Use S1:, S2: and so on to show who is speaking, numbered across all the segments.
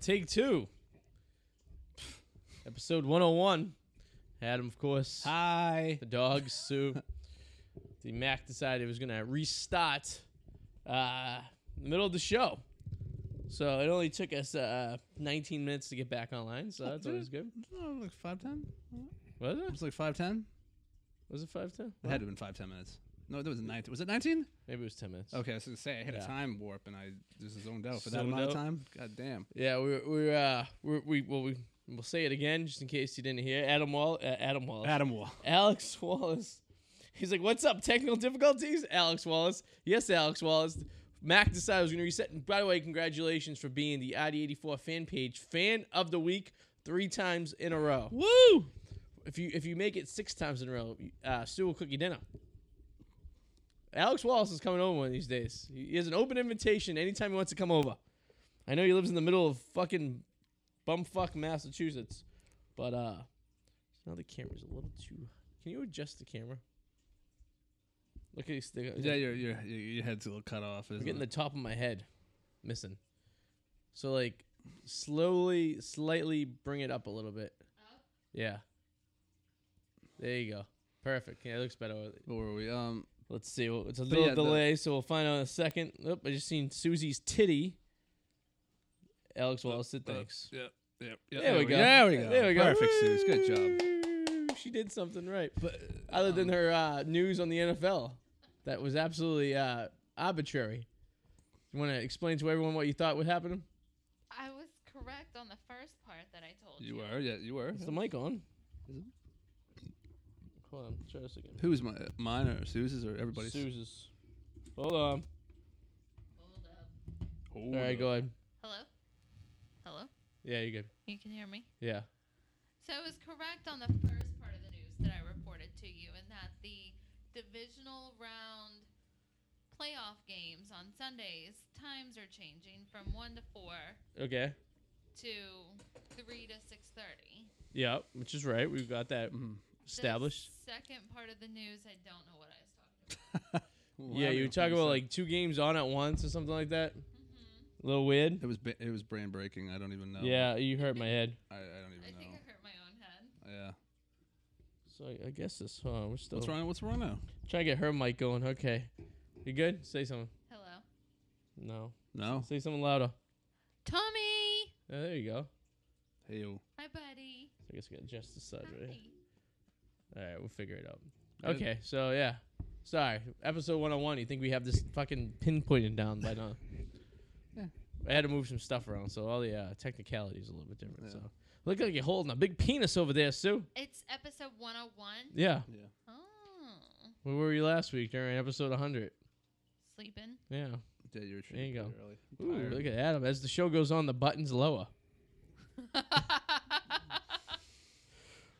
S1: Take two. Episode 101. Adam, of course.
S2: Hi.
S1: The dog, Sue. the Mac decided it was going to restart uh, in the middle of the show. So it only took us uh, 19 minutes to get back online, so that's always good.
S2: Oh, like five ten.
S1: Was it?
S2: It's like five ten.
S1: Was it 510?
S2: It had to have been five ten minutes. No, that was nineteen. Was it nineteen?
S1: Maybe it was 10 minutes.
S2: Okay, I was gonna say I hit
S1: Yeah.
S2: a time warp and I just zoned out for that
S1: Zoned
S2: amount
S1: out.
S2: of time. God damn.
S1: Yeah, we we uh we we well we we'll say it again just in case you didn't hear. Adam Wall uh, Adam Wallace.
S2: Adam Wall.
S1: Alex Wallace. He's like, "What's up? Technical difficulties?" Alex Wallace. Yes, Alex Wallace. Mac decided I was going to reset. And by the way, congratulations for being the ID84 fan page fan of the week three times in a row.
S2: Woo!
S1: If you if you make it six times in a row, uh, Stu will cook you dinner. Alex Wallace is coming over one of these days. He has an open invitation anytime he wants to come over. I know he lives in the middle of fucking bumfuck Massachusetts, but uh, now the camera's a little too. Can you adjust the camera? Look at these. They're,
S2: Yeah, your your your your head's a little cut off.
S1: I'm
S2: Isn't
S1: getting the
S2: it?
S1: top of my head missing. So like slowly, slightly bring it up a little bit. Yeah. There you go. Perfect. Yeah, it looks better.
S2: What were we? Um,
S1: Let's see. Well, It's a little
S2: yeah, the-
S1: delay, so we'll find out in a second. Oop, I just seen Susie's titty. Alex Wallace said
S2: uh,
S1: thanks.
S2: Yep. Yep. yep.
S1: There, we go.
S2: There we go.
S1: There we go.
S2: Perfect, Suze. Good job.
S1: job. She did something right.
S2: But
S1: Other than
S2: um,
S1: her uh, news on the NFL, that was absolutely uh, arbitrary. You want to explain to everyone what you thought would happen?
S3: I was correct on the first part that I told
S2: you
S3: you.
S2: were. Yeah, you were.
S1: Is the mic on?
S2: Is it?
S1: Hold on, try this again.
S2: Who's my mine or Suze's or everybody's?
S1: Suze's. Hold on.
S3: Hold up.
S2: Hold
S1: All right,
S2: up.
S1: go ahead.
S3: Hello? Hello?
S1: Yeah, you're good.
S3: You can hear me?
S1: Yeah.
S3: So I was correct on the first part of the news that I reported to you, and that the divisional round playoff games on Sundays times are changing from one to four
S1: Okay.
S3: to three to six thirty.
S1: Yeah, which is right. We've got that
S2: Mhm.
S1: established.
S3: Second part of the news, I don't know what I was talking about.
S2: Mm-hmm. Well,
S1: yeah,
S2: I
S1: you were
S2: don't
S1: talking
S2: know.
S1: about like two games on at once or something like that.
S3: hmm
S1: A little weird.
S2: it was ba- it was brain breaking. I don't even know.
S1: Yeah, you hurt my head.
S2: I, I don't
S3: I
S2: even
S3: think
S2: know.
S3: I hurt my own head.
S2: Yeah.
S1: So I, I guess this. Hold on, we're still
S2: What's wrong? What's wrong now?
S1: trying to get her mic going. Okay, you good? Say something.
S3: Hello,
S1: No.
S2: No.
S1: Say something louder.
S3: Tommy,
S1: Yeah, there you go.
S2: Hey. yo.
S3: my buddy.
S1: I guess we got just the side right.
S3: Hi.
S1: here. All right, we'll figure it out.
S2: Good.
S1: Okay, so yeah. Sorry. Episode 101, you think we have this fucking pinpointed down by now?
S2: Yeah.
S1: I had to move some stuff around, so all the uh, technicalities a little bit different.
S2: Yeah.
S1: So look like you're holding a big penis over there, Sue.
S3: It's episode 101.
S1: Yeah.
S3: Oh,
S1: Where were you last week during episode 100?
S3: sleeping.
S1: Yeah.
S2: Yeah, you're
S1: There you go.
S2: Early.
S1: Ooh,
S2: Tired.
S1: look at Adam. As the show goes on, the button's lower.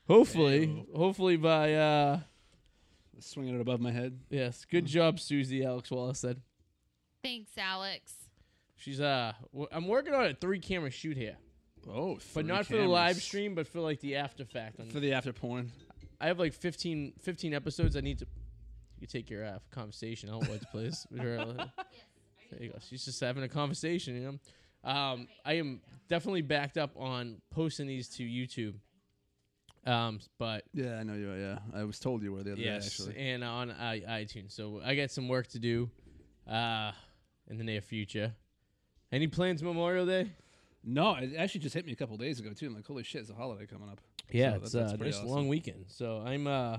S1: Hopefully,
S2: Ew.
S1: hopefully by uh
S2: Swinging it above my head.
S1: yes, good job, Susie. Alex Wallace said.
S3: Thanks, Alex.
S1: She's uh, w- I'm working on a three camera shoot here,
S2: Oh,
S1: but
S2: three
S1: not for the live
S2: cameras.
S1: stream, but for like the after fact. On
S2: For the after porn.
S1: I have like 15, 15 episodes. I need to. You take your uh, conversation outwards, please. With her, uh, there you go. She's just having a conversation, you know. Um, I am definitely backed up on posting these to YouTube. Um, but
S2: Yeah, I know you. Are, yeah, I was told you were the other day.
S1: yes,
S2: Actually,
S1: and on I- iTunes. So I got some work to do, uh, in the near future. Any plans Memorial Day?
S2: no, it actually just hit me a couple days ago too. I'm like, holy shit, it's a holiday coming up.
S1: Yeah,
S2: So
S1: it's
S2: that- that's
S1: uh,
S2: pretty
S1: nice
S2: awesome.
S1: long weekend. So I'm uh,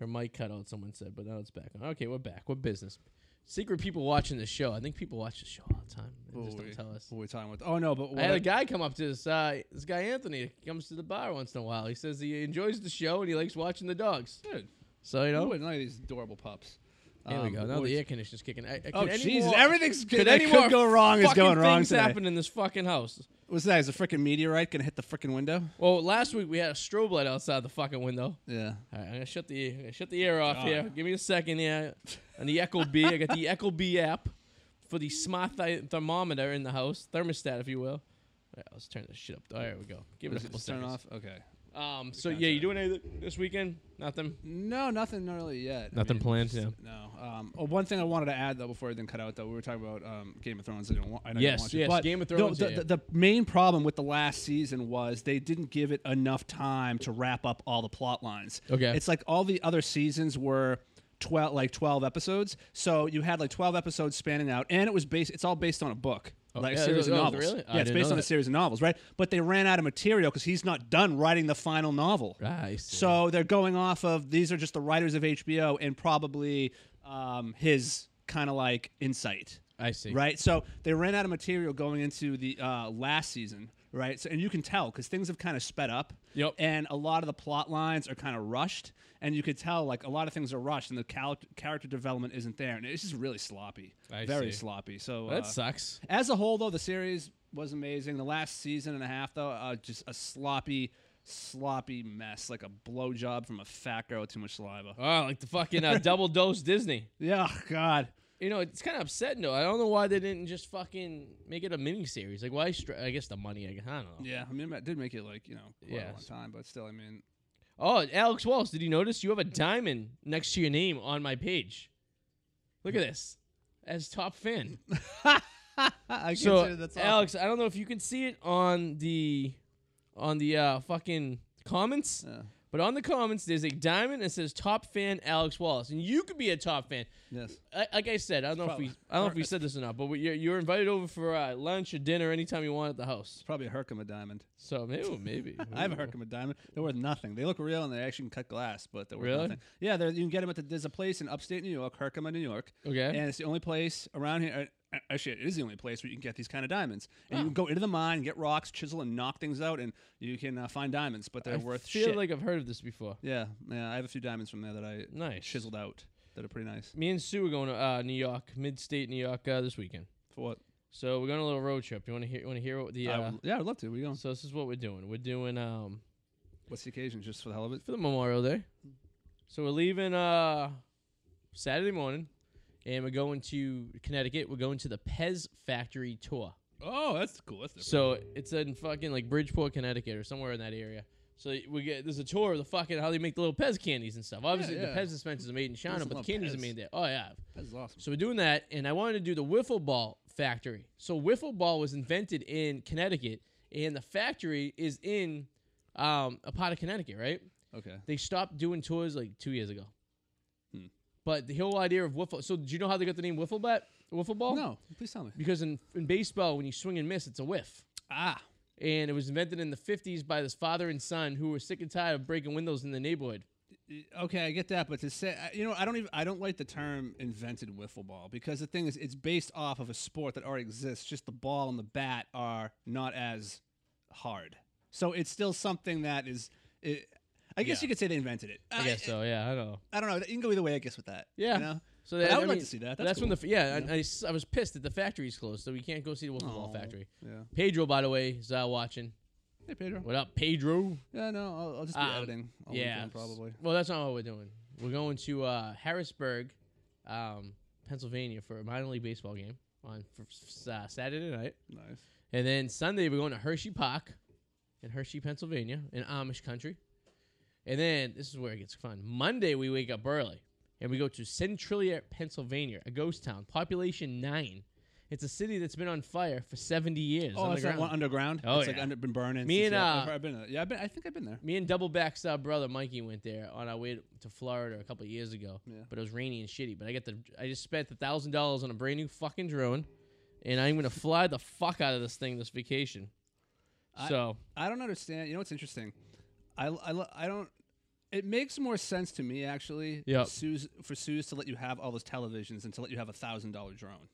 S1: her mic cut out. Someone said, but now it's back on. Okay, we're back. What business? Secret people watching the show. I think people watch the show all the time. They just
S2: Oh,
S1: don't
S2: we-
S1: tell us.
S2: What we're talking about? Oh no, but
S1: I
S2: what
S1: had a guy come up to this uh, this guy Anthony comes to the bar once in a while. He says he enjoys the show and he likes watching the dogs.
S2: dude,
S1: So you
S2: you
S1: know,
S2: know, look at these adorable pups.
S1: there we
S2: Um,
S1: go. Now
S2: what
S1: the
S2: was-
S1: air conditioner's kicking. I, I,
S2: Oh
S1: could any
S2: Jesus!
S1: more-
S2: Everything's
S1: could
S2: could,
S1: any more
S2: could go wrong is
S1: fucking
S2: going wrong
S1: things
S2: today.
S1: happen in this fucking house?
S2: What's that? Is a freaking meteorite gonna hit the freaking window?
S1: Well, last week we had a strobe light outside the fucking window.
S2: Yeah.
S1: All right, I'm gonna shut the I'm gonna shut the air off
S2: God.
S1: here. Give me a second here. On the Echo B, I got the Echo B app for the smart th- thermometer in the house, thermostat, if you will. All right, let's turn this shit up. All right, here we go. Give it a
S2: Was it
S1: couple
S2: just turn
S1: seconds.
S2: off. Okay.
S1: Um, so
S2: Gotcha.
S1: yeah, you doing anything this weekend? Nothing.
S2: No, nothing really yet. I
S1: Nothing planned,
S2: just- No. Um, oh, one thing I wanted to add though before I then cut out though, we were talking about um, Game of Thrones. I didn't want. I know you don't
S1: Yes,
S2: want to,
S1: yes,
S2: but
S1: Game of
S2: no,
S1: Thrones,
S2: the,
S1: yeah, yeah.
S2: the- the main problem with the last season was they didn't give it enough time to wrap up all the plot lines.
S1: Okay.
S2: It's like all the other seasons were. 12 like 12 episodes so you had like 12 episodes spanning out and it was based it's all based on a book like
S1: yeah,
S2: a series
S1: oh,
S2: of novels
S1: really? I
S2: yeah it's
S1: didn't
S2: based on
S1: know
S2: a
S1: that.
S2: series of novels right but they ran out of material because he's not done writing the final novel
S1: I see.
S2: so they're going off of these are just the writers of HBO and probably um, his kind of like insight,
S1: I see.
S2: right? So they ran out of material going into the uh, last season, right? So, and you can tell because things have kind of sped up.
S1: Yep.
S2: And a lot of the plot lines are kind of rushed, and you could tell like a lot of things are rushed, and the cal- character development isn't there, and it's just really sloppy,
S1: I
S2: very
S1: see.
S2: sloppy. So
S1: That
S2: uh,
S1: sucks.
S2: as a whole, though, the series was amazing. The last season and a half, though, uh, just a sloppy, sloppy mess, like a blowjob from a fat girl with too much saliva.
S1: Oh, like the fucking uh, double dose Disney.
S2: Yeah, oh, God.
S1: You know, it's kind of upsetting though. I don't know why they didn't just fucking make it a mini series. Like, why? Str- I guess the money. I guess- I don't know.
S2: Yeah, I mean, it did make it like you know quite a long
S1: Yes.
S2: time, but still, I mean,
S1: Oh, Alex Wallace, did you notice you have a diamond next to your name on my page? Look at this. As top fan.
S2: I
S1: so Alex, I don't know if you can see it on the on the uh, fucking comments,
S2: Yeah.
S1: but on the comments there's a diamond that says top fan Alex Wallace, and you could be a top fan.
S2: Yes.
S1: I, like I said, I don't know if we I don't know if we said this or not, but we, you're, you're invited over for uh, lunch or dinner anytime you want at the house.
S2: It's probably a Herkimer diamond.
S1: So maybe ooh, maybe
S2: I have a
S1: Ooh.
S2: Herkimer diamond. They're worth nothing. They look real and they actually can cut glass, but they're worth
S1: Really?
S2: nothing. Yeah, they're- you can get them at the. There's a place in upstate New York, Herkimer, New York,
S1: Okay.
S2: and it's the only place around here. uh, Actually, it is the only place where you can get these kind of diamonds, and you can go into the mine, get rocks, chisel, and knock things out, and you can uh, find diamonds. But they're
S1: I
S2: worth
S1: feel
S2: shit.
S1: like I've heard of this before.
S2: yeah, yeah. I have a few diamonds from there that I
S1: Nice.
S2: chiseled out that are pretty nice.
S1: Me and Sue are going to uh, New York, mid-state New York, uh, this weekend.
S2: For what?
S1: So we're going on a little road trip. You want to hear? Want to hear what the?
S2: I
S1: Uh,
S2: would, yeah, I'd love to. Where you going?
S1: so this is what we're doing. We're doing um
S2: What's the occasion? Just for the hell of it?
S1: for the Memorial Day. So we're leaving uh Saturday morning, and we're going to Connecticut. We're going to the Pez Factory tour.
S2: Oh, that's cool. That's
S1: So it's in fucking like Bridgeport, Connecticut, or somewhere in that area. So we get there's a tour of the fucking how they make the little Pez candies and stuff. Obviously,
S2: yeah.
S1: the Pez dispensers are made in China,
S2: doesn't
S1: but the
S2: love
S1: candies are
S2: Pez?
S1: made there. Oh yeah.
S2: That's awesome.
S1: So we're doing that, and I wanted to do the wiffle ball factory. So wiffle ball was invented in Connecticut, and the factory is in um, a part of Connecticut, right?
S2: Okay.
S1: They stopped doing tours like two years ago.
S2: Hmm.
S1: But the whole idea of wiffle. So did you know how they got the name wiffle bat? Wiffle ball?
S2: No, please tell me.
S1: Because in, in baseball, when you swing and miss, it's a whiff.
S2: Ah,
S1: And it was invented in the 50s by this father and son who were sick and tired of breaking windows in the neighborhood.
S2: y- okay, I get that, but to say, I- you know, I don't even, I don't like the term invented wiffle ball because the thing is, it's based off of a sport that already exists. Just the ball and the bat are not as hard, so it's still something that is. It, I guess
S1: Yeah.
S2: you could say they invented it.
S1: I guess so. Yeah, I don't know.
S2: I don't know. You can go either way, I guess, with that.
S1: Yeah.
S2: You know?
S1: So
S2: But
S1: that,
S2: I would like
S1: mean,
S2: to see that.
S1: That's,
S2: That's
S1: when the
S2: cool.
S1: f- yeah, I- I, s- I was pissed that the factory's closed, so we can't go see the Wolf Ball
S2: Aw.
S1: factory.
S2: Yeah.
S1: Pedro, by the way, is uh, watching.
S2: Hey, Pedro.
S1: What up, Pedro?
S2: Yeah, no, I'll, I'll just be
S1: Um,
S2: editing. All
S1: yeah,
S2: weekend, Oh, probably.
S1: Well, that's not what we're doing. We're going to uh, Harrisburg, um, Pennsylvania, for a minor league baseball game on for, s- uh, Saturday night,
S2: Nice.
S1: and then Sunday we're going to Hershey Park, in Hershey, Pennsylvania, in Amish country, and then this is where it gets fun. Monday we wake up early and we go to Centralia, Pennsylvania, a ghost town, population nine. It's a city that's been on fire for seventy years.
S2: Oh, that's that
S1: underground.
S2: one underground.
S1: Oh,
S2: it's like
S1: yeah.
S2: under, been burning.
S1: Me
S2: since-
S1: and,
S2: yeah,
S1: uh,
S2: I've, I've been. there. Yeah, I've been, I think I've been there.
S1: Me and Double Back's uh, brother Mikey went there on our way to Florida a couple years ago.
S2: Yeah.
S1: But it was rainy and shitty. But I got the I just spent a thousand dollars on a brand new fucking drone, and I'm gonna fly the fuck out of this thing this vacation.
S2: I-
S1: so
S2: I don't understand. You know what's interesting? I, I, lo- I don't. It makes more sense to me actually.
S1: Yep.
S2: Sue's, for Sue's to let you have all those televisions and to let you have a thousand dollar drone.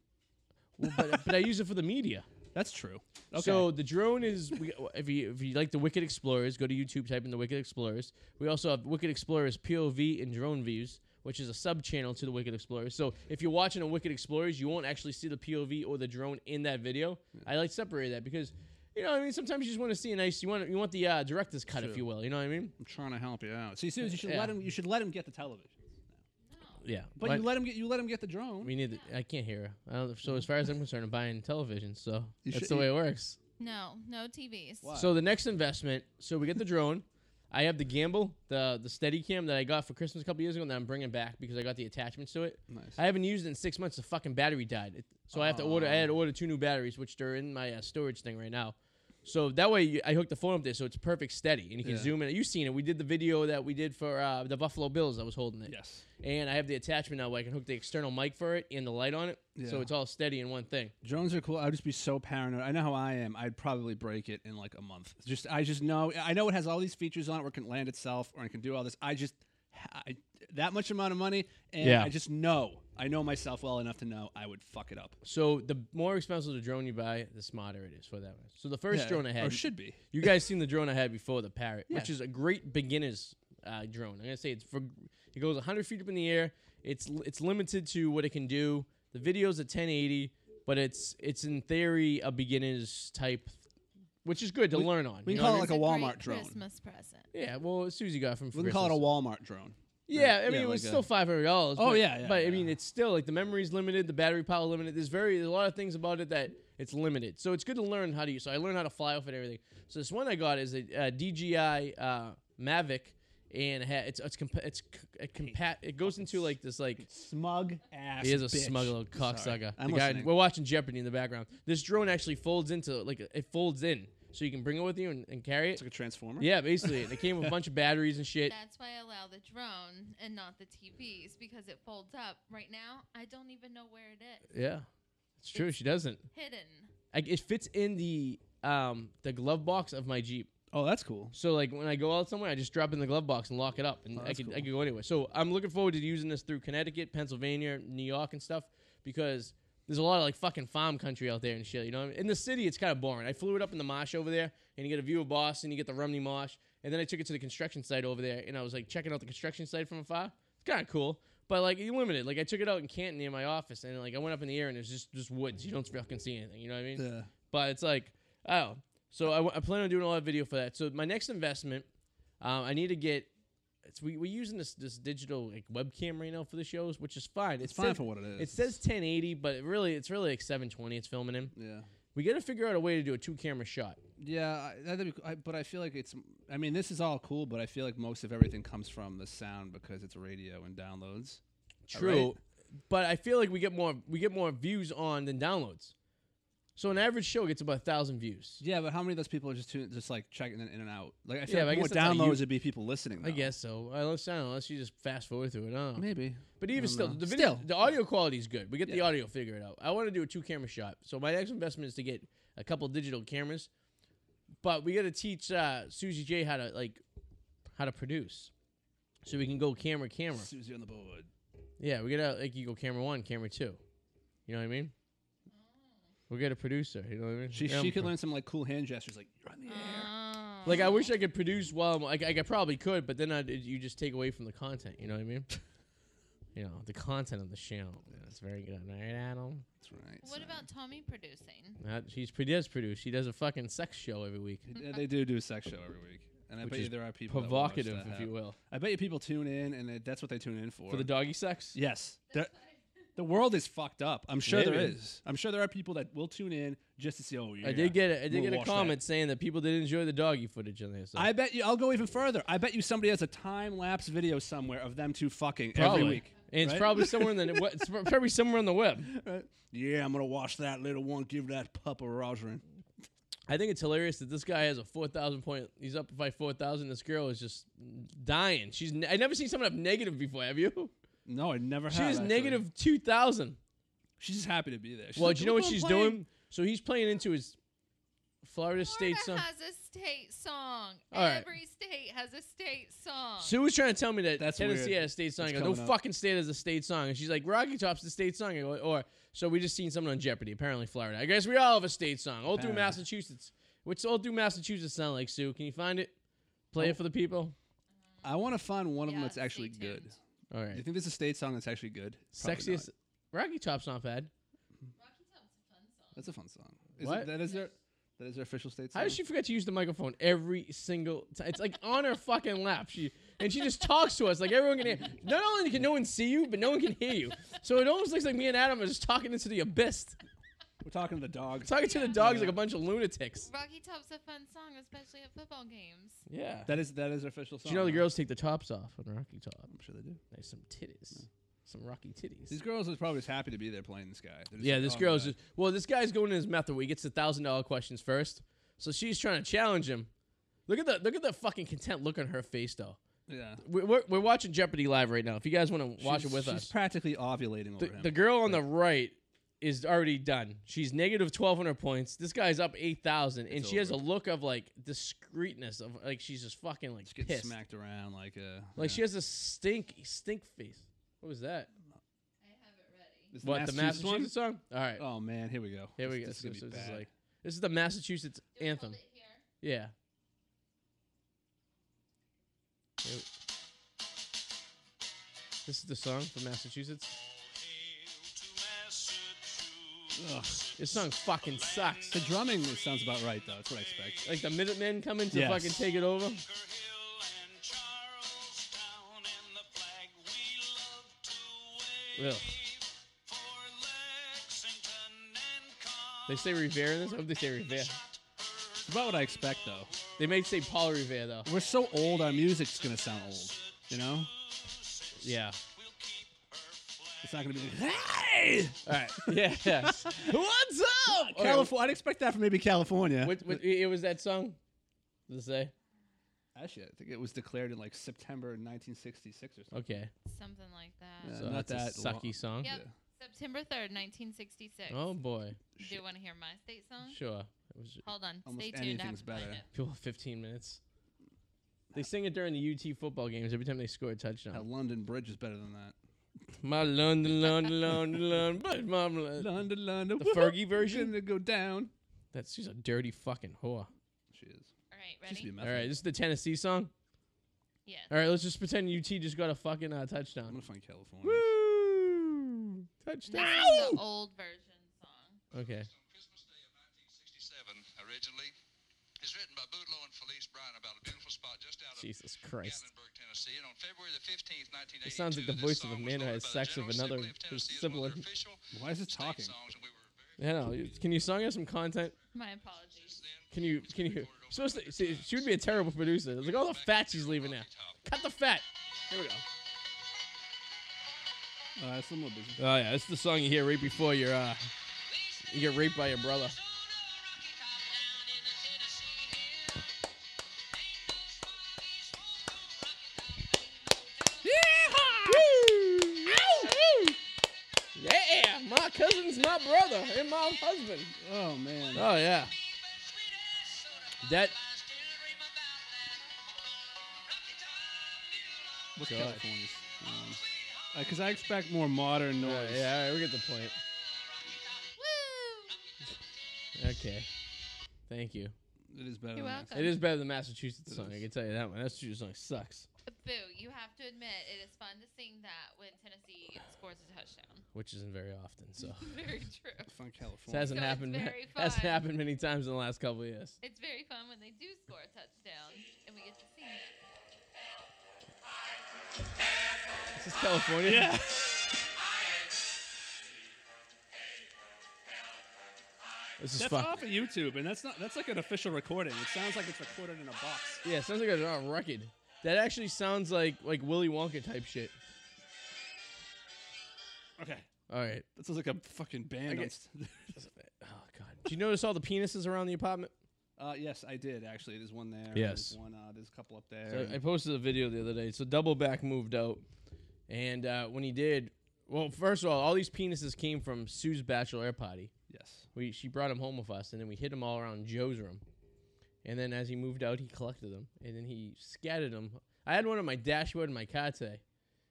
S1: well, but, but I use it for the media.
S2: That's true. Okay.
S1: So the drone is we, if you if you like the Wicked Explorers, go to YouTube, type in the Wicked Explorers. We also have Wicked Explorers POV and drone views. Which is a sub channel to the Wicked Explorers. So if you're watching a Wicked Explorers, you won't actually see the POV or the drone in that video. I like separate that because, you know, what I mean, sometimes you just want to see a nice, you want you want the uh, director's cut, if
S2: True.
S1: you will. You know what I mean?
S2: I'm trying to help you out. See, Sue, you should
S1: Yeah.
S2: let him. You should let him get the television.
S1: Yeah.
S2: But you let him get. You let him get the drone.
S1: we need. The, I can't hear. her. I don't, so as far as I'm concerned, I'm buying television. So
S2: You
S1: that's
S2: should-
S1: the
S2: you-
S1: way it works.
S3: No, no TVs.
S2: Why?
S1: So the next investment, so we get the drone. I have the gamble, the the steady cam that I got for Christmas a couple years ago, and that I'm bringing back because I got the attachments to it.
S2: Nice.
S1: I haven't used it in six months. The fucking battery died, it, so I have to order. I had to order two new batteries, which they're in my uh, storage thing right now. So that way, you, I hooked the phone up there, so it's perfect steady, and you can
S2: Yeah.
S1: zoom in. You've seen it. We did the video that we did for uh, the Buffalo Bills. I was holding it,
S2: yes.
S1: and I have the attachment now where I can hook the external mic for it and the light on it, so
S2: Yeah.
S1: it's all steady in one thing.
S2: Drones are cool. I would just be so paranoid. I know how I am. I'd probably break it in like a month. Just I just know I know it has all these features on it where it can land itself or it can do all this. I just I, that much amount of money and
S1: Yeah.
S2: I just know. I know myself well enough to know I would fuck it up.
S1: So the more expensive the drone you buy, the smarter it is for that one. So the first
S2: Yeah,
S1: drone I had,
S2: or should be.
S1: You guys seen the drone I had before, the Parrot,
S2: Yeah.
S1: which is a great beginner's uh, drone. I'm gonna say it's for it goes 100 feet up in the air. It's li- it's limited to what it can do. The video's at 1080, but it's it's in theory a beginner's type, which is good to
S2: We-
S1: learn on.
S2: we
S1: you
S2: can
S1: know
S2: call
S1: what
S2: it
S1: I
S2: like
S1: mean?
S2: a Walmart
S3: great
S2: drone.
S3: Christmas present.
S1: yeah. Well, Susie got it from
S2: We can call it a
S1: Christmas.
S2: Walmart drone.
S1: Yeah, I mean
S2: Yeah,
S1: it was
S2: like
S1: still
S2: a-
S1: five hundred dollars.
S2: Oh,
S1: but,
S2: yeah, yeah,
S1: but I
S2: yeah.
S1: mean it's still like the memory's limited, the battery power limited. There's very there's a lot of things about it that it's limited. So it's good to learn how to use. So I learned how to fly off and everything. So this one I got is a, uh DJI uh, Mavic, and it ha- it's it's compa- it's c- it compat it goes into like this like
S2: Smug ass.
S1: he is a
S2: bitch.
S1: smug little cocksucker.
S2: Sorry. I'm
S1: the guy,
S2: listening.
S1: we're watching Jeopardy in the background. This drone actually folds into like it folds in, so you can bring it with you and, and carry
S2: It's
S1: it.
S2: like a transformer.
S1: Yeah, basically, and it came with a bunch of batteries and shit.
S3: That's why I allow the drone and not the TVs because it folds up. Right now, I don't even know where it is.
S1: Yeah, it's true.
S3: It's-
S1: She doesn't.
S3: Hidden.
S1: like it fits in the um the glove box of my Jeep.
S2: Oh, that's cool.
S1: So like when I go out somewhere, I just drop it in the glove box and lock it up, and
S2: Oh,
S1: I
S2: that's
S1: could
S2: cool.
S1: I could go anywhere. So I'm looking forward to using this through Connecticut, Pennsylvania, New York, and stuff because there's a lot of like fucking farm country out there and shit. You know, what I mean? in the city it's kind of boring. I flew it up in the marsh over there, and you get a view of Boston, you get the Romney Marsh, and then I took it to the construction site over there, and I was like checking out the construction site from afar. It's kind of cool. But like you limited, like I took it out in Canton near my office, and like I went up in the air, and it's just just woods. You don't fucking see anything. You know what I mean?
S2: Yeah.
S1: but it's like oh so I, w- I plan on doing a lot of video for that so my next investment um, i need to get it's, we, we're using this this digital like webcam right now for the shows which is fine
S2: It's
S1: it
S2: fine
S1: says,
S2: for what it is.
S1: it says 1080 but it really it's really like 720 it's filming in
S2: Yeah.
S1: we gotta figure out a way to do a two camera shot
S2: Yeah, I- that'd be. cool. I, but I feel like it's. I mean, this is all cool, but I feel like most of everything comes from the sound because it's radio and downloads.
S1: true but i feel like we get more we get more views on than downloads so an average show gets about a thousand views
S2: Yeah, but how many of those people are just tuning, just like checking in in and out? Like I feel
S1: Yeah,
S2: like
S1: but I
S2: more
S1: guess that's how you-
S2: downloads would be people listening.
S1: i
S2: though.
S1: guess so I don't know, unless you just fast forward through it I don't know.
S2: maybe.
S1: But
S2: I
S1: even
S2: don't
S1: still,
S2: know.
S1: the video,
S2: Still.
S1: the audio quality is good. We get the
S2: Yeah.
S1: audio figured out. I want to do a two camera shot. So my next investment is to get a couple digital cameras. But we got to teach uh, Susie J how to like how to produce, so we can go camera camera.
S2: Susie on the board.
S1: Yeah, we gotta like you go camera one, camera two. You know what I mean? We got a producer. You know what I mean?
S2: She
S1: Yeah,
S2: she
S1: I'm-
S2: could learn some like cool hand gestures, like you're on the air.
S3: Oh.
S1: Like I wish I could produce while I'm, like, like, I probably could, but then I you just take away from the content. You know what I mean? you know the content of the channel. Yeah, it's very good, right, Adam?
S2: That's right.
S3: What
S2: son.
S3: about Tommy producing?
S1: Uh, she's pretty does produce. She does a fucking sex show every week.
S2: They, d- they do do a sex show every week, and I
S1: Which
S2: bet you
S1: is
S2: there are people that will watch
S1: Provocative,
S2: that
S1: if you
S2: happen.
S1: will.
S2: I bet you people tune in, and they, that's what they tune in for.
S1: For the doggy sex?
S2: yes. They're- The world is fucked up. I'm sure there
S1: Maybe.
S2: is. I'm sure there are people that will tune in just to see. Oh, yeah.
S1: I did get a, I
S2: We'll
S1: did get a
S2: watch that.
S1: comment saying that people did enjoy the doggy footage in there. So.
S2: I bet you. I'll go even further. I bet you somebody has a time lapse video somewhere of them two fucking
S1: probably.
S2: every week.
S1: And it's
S2: right?
S1: probably somewhere in the we- it's pro- probably somewhere on the web.
S2: Right? Yeah, I'm gonna watch that little one. Give that pup a rosary.
S1: I think it's hilarious that this guy has a four thousand point. He's up by four thousand. This girl is just dying. She's ne- I never seen someone up negative before. Have you?
S2: No, I never.
S1: She
S2: have,
S1: is
S2: actually.
S1: negative two thousand.
S2: She's just happy to be there. She's
S1: Well,
S2: like,
S1: do you know
S2: "Look,
S1: what
S2: I'm
S1: she's
S2: playing."
S1: doing? So he's playing into his Florida State
S3: Florida
S1: song.
S3: has a state song.
S1: All right.
S3: Every state has a state song.
S1: Sue was trying to tell me that
S2: That's
S1: Tennessee
S2: weird.
S1: had a state song. I
S2: It's
S1: go, no
S2: coming up.
S1: fucking state has a state song. And she's like, Rocky Top's the state song. I go, or so we just seen someone on Jeopardy. Apparently, Florida. I guess we all have a state song. Old through
S2: Apparently.
S1: Massachusetts. What's old through Massachusetts sound like, Sue? Can you find it? Play
S2: Oh.
S1: it for the people.
S2: I want to find one of them
S3: Yeah,
S2: that's
S3: stay
S2: actually
S3: tuned.
S2: good. Do
S1: All
S2: you
S1: right.
S2: think there's a state song that's actually good? Probably not.
S1: Sexiest. Rocky Top's not bad.
S3: Rocky Top's a fun song.
S2: That's a fun song. Is
S1: What?
S2: It, that is their that is their official state song.
S1: How does she forget to use the microphone every single time? It's like on her fucking lap. She and she just talks to us like everyone can hear. Not only can no one see you, but no one can hear you. So it almost looks like me and Adam are just talking into the abyss.
S2: We're talking to the dogs.
S1: Talking to the dogs like a bunch of lunatics.
S3: Rocky Top's a fun song, especially at football games.
S1: Yeah.
S2: That is that is their official
S1: Do
S2: song.
S1: you know the
S2: huh?
S1: girls take the tops off on Rocky Top?
S2: I'm sure they do.
S1: There's some titties, some rocky titties.
S2: These girls are probably just happy to be there playing this guy. They're just
S1: Yeah,
S2: like,
S1: this
S2: "Oh,
S1: girl's
S2: man."
S1: just well. This guy's going in his method where he gets the thousand dollar questions first, so she's trying to challenge him. Look at the look at the fucking content look on her face though.
S2: yeah.
S1: We're, we're, we're watching Jeopardy live right now. If you guys want to watch
S2: She's-
S1: it with
S2: she's
S1: us,
S2: practically ovulating over
S1: the,
S2: him.
S1: the girl on the right is already done. She's negative twelve hundred points. This guy's up eight thousand, and
S2: It's
S1: she has a
S2: over.
S1: look of like discreetness of like she's just fucking like
S2: Just getting
S1: pissed.
S2: smacked around like a
S1: Like she has a stink stink face. What was that?
S3: I have it ready.
S2: This
S1: What the
S2: Massachusetts one?
S1: Massachusetts song? All right,
S2: Oh man, here we go.
S1: here
S2: This-
S1: we go.
S2: This is gonna
S1: So
S2: be
S1: this is
S2: bad.
S1: like this is the Massachusetts
S3: Do I
S1: anthem.
S3: hold it here?
S1: Yeah. This is the song from Massachusetts.
S2: Ugh.
S1: This song fucking sucks.
S2: The drumming sounds about right though. That's what I expect.
S1: Like the Minutemen coming to
S2: Yes.
S1: fucking take it over. Ugh. They say Revere in this? I hope they say Revere.
S2: It's about what I expect though.
S1: They may say Paul Revere though.
S2: We're so old, our music's gonna sound old. You know,
S1: Yeah.
S2: it's not gonna be. Like, hey,
S1: All right. Yeah. What's up? Okay,
S2: California. I'd expect that from maybe California.
S1: what- what- it was that song. Does it say?
S2: Actually, I think it was declared in like September 1966 or something.
S1: Okay.
S3: Something like
S2: Yeah.
S3: that.
S1: So
S2: not
S1: that's a
S2: that long.
S1: sucky song.
S3: Yep. September 3rd, 1966.
S1: Oh boy.
S3: Do you want to hear my state song?
S1: Sure. It was
S3: Hold on.
S2: Almost
S3: Stay tuned. I have
S2: anything's
S3: to find
S2: better.
S3: it.
S1: People, 15 minutes. They sing it during the UT football games every time they score a
S2: That
S1: touchdown.
S2: London Bridge is better than that.
S1: My London, London, London, London, but mom, Lon-
S2: London, London.
S1: the
S2: woo-hoo,
S1: Fergie version.
S2: Gonna go down.
S1: That's she's a dirty fucking whore.
S2: She is.
S3: All right,
S2: She should be
S3: ready?
S2: a
S1: All
S2: method.
S1: right, this is the Tennessee song.
S3: Yes.
S1: All right, let's just pretend UT just got a fucking uh,
S2: I'm
S1: touchdown.
S2: gonna find California.
S1: Woo!
S3: This is
S1: Touchdown!
S3: the old version song.
S1: Okay.
S4: on Christmas Day of 1967, originally. It's written by Boudleau and Felice Bryan about a beautiful spot just out of
S1: Jesus Christ.
S4: Gatlinburg, Tennessee. And on February the 15th, 1982,
S1: It sounds like the
S4: this
S1: voice of a
S4: song was
S1: man who
S4: voted
S1: has
S4: by the
S1: sex with
S4: General
S1: another
S4: Assembly of Tennessee as
S1: similar-
S4: one of their official
S2: Why is it
S4: state
S2: talking?
S4: songs, and we were very
S1: I know. Can you song us some content?
S3: My apologies.
S4: then
S1: Can you? Can you? Supposed to? See, she would be a terrible producer. Look at all the fat she's leaving there. Cut the fat. Here we go.
S2: Uh, it's a little busy.
S1: Oh yeah, it's the song you hear right before you're uh, you get raped by your brother. Yeah, my cousin's my brother and my husband.
S2: Oh man.
S1: Oh yeah, that
S2: What's
S1: God.
S2: California's? Because I expect more modern noise.
S1: yeah. All right, we get the point.
S3: Woo!
S1: Okay, thank you.
S2: It is better
S3: You're
S2: than
S3: welcome.
S1: It is better than Massachusetts
S2: It
S1: song. I
S2: is.
S1: can tell you that one. Massachusetts song sucks.
S3: Boo, you have to admit it is fun to sing that when Tennessee scores a touchdown.
S1: which isn't very often. So
S3: Very true.
S2: that. Find
S1: it
S2: California.
S1: hasn't
S3: So it's
S1: happened.
S3: very
S1: Hasn't
S3: fun.
S1: happened many times in the last couple of years.
S3: It's very fun when they do score a touchdown and we get to sing it.
S1: Is this California? Yeah. This is
S2: That's
S1: fuck.
S2: off of YouTube, and that's not. That's like an official recording. It sounds like it's recorded in a box.
S1: Yeah, it sounds like it's on record. That actually sounds like like Willy Wonka type shit.
S2: Okay.
S1: All right.
S2: That sounds like a fucking band.
S1: Okay.
S2: on st-
S1: Oh god. Do you notice all the penises around the apartment?
S2: uh, yes, I did actually. There's one there. and
S1: Yes.
S2: There's one. Uh, there's a couple up there.
S1: So I- I
S2: and-
S1: posted a video the other day. So double back moved out, and uh, when he did, well, first of all, all these penises came from Sue's bachelor party.
S2: yes.
S1: We she brought him home with us, and then we hid him all around Joe's room. And then as he moved out, he collected them, and then he scattered them. I had one on my dashboard in my car today,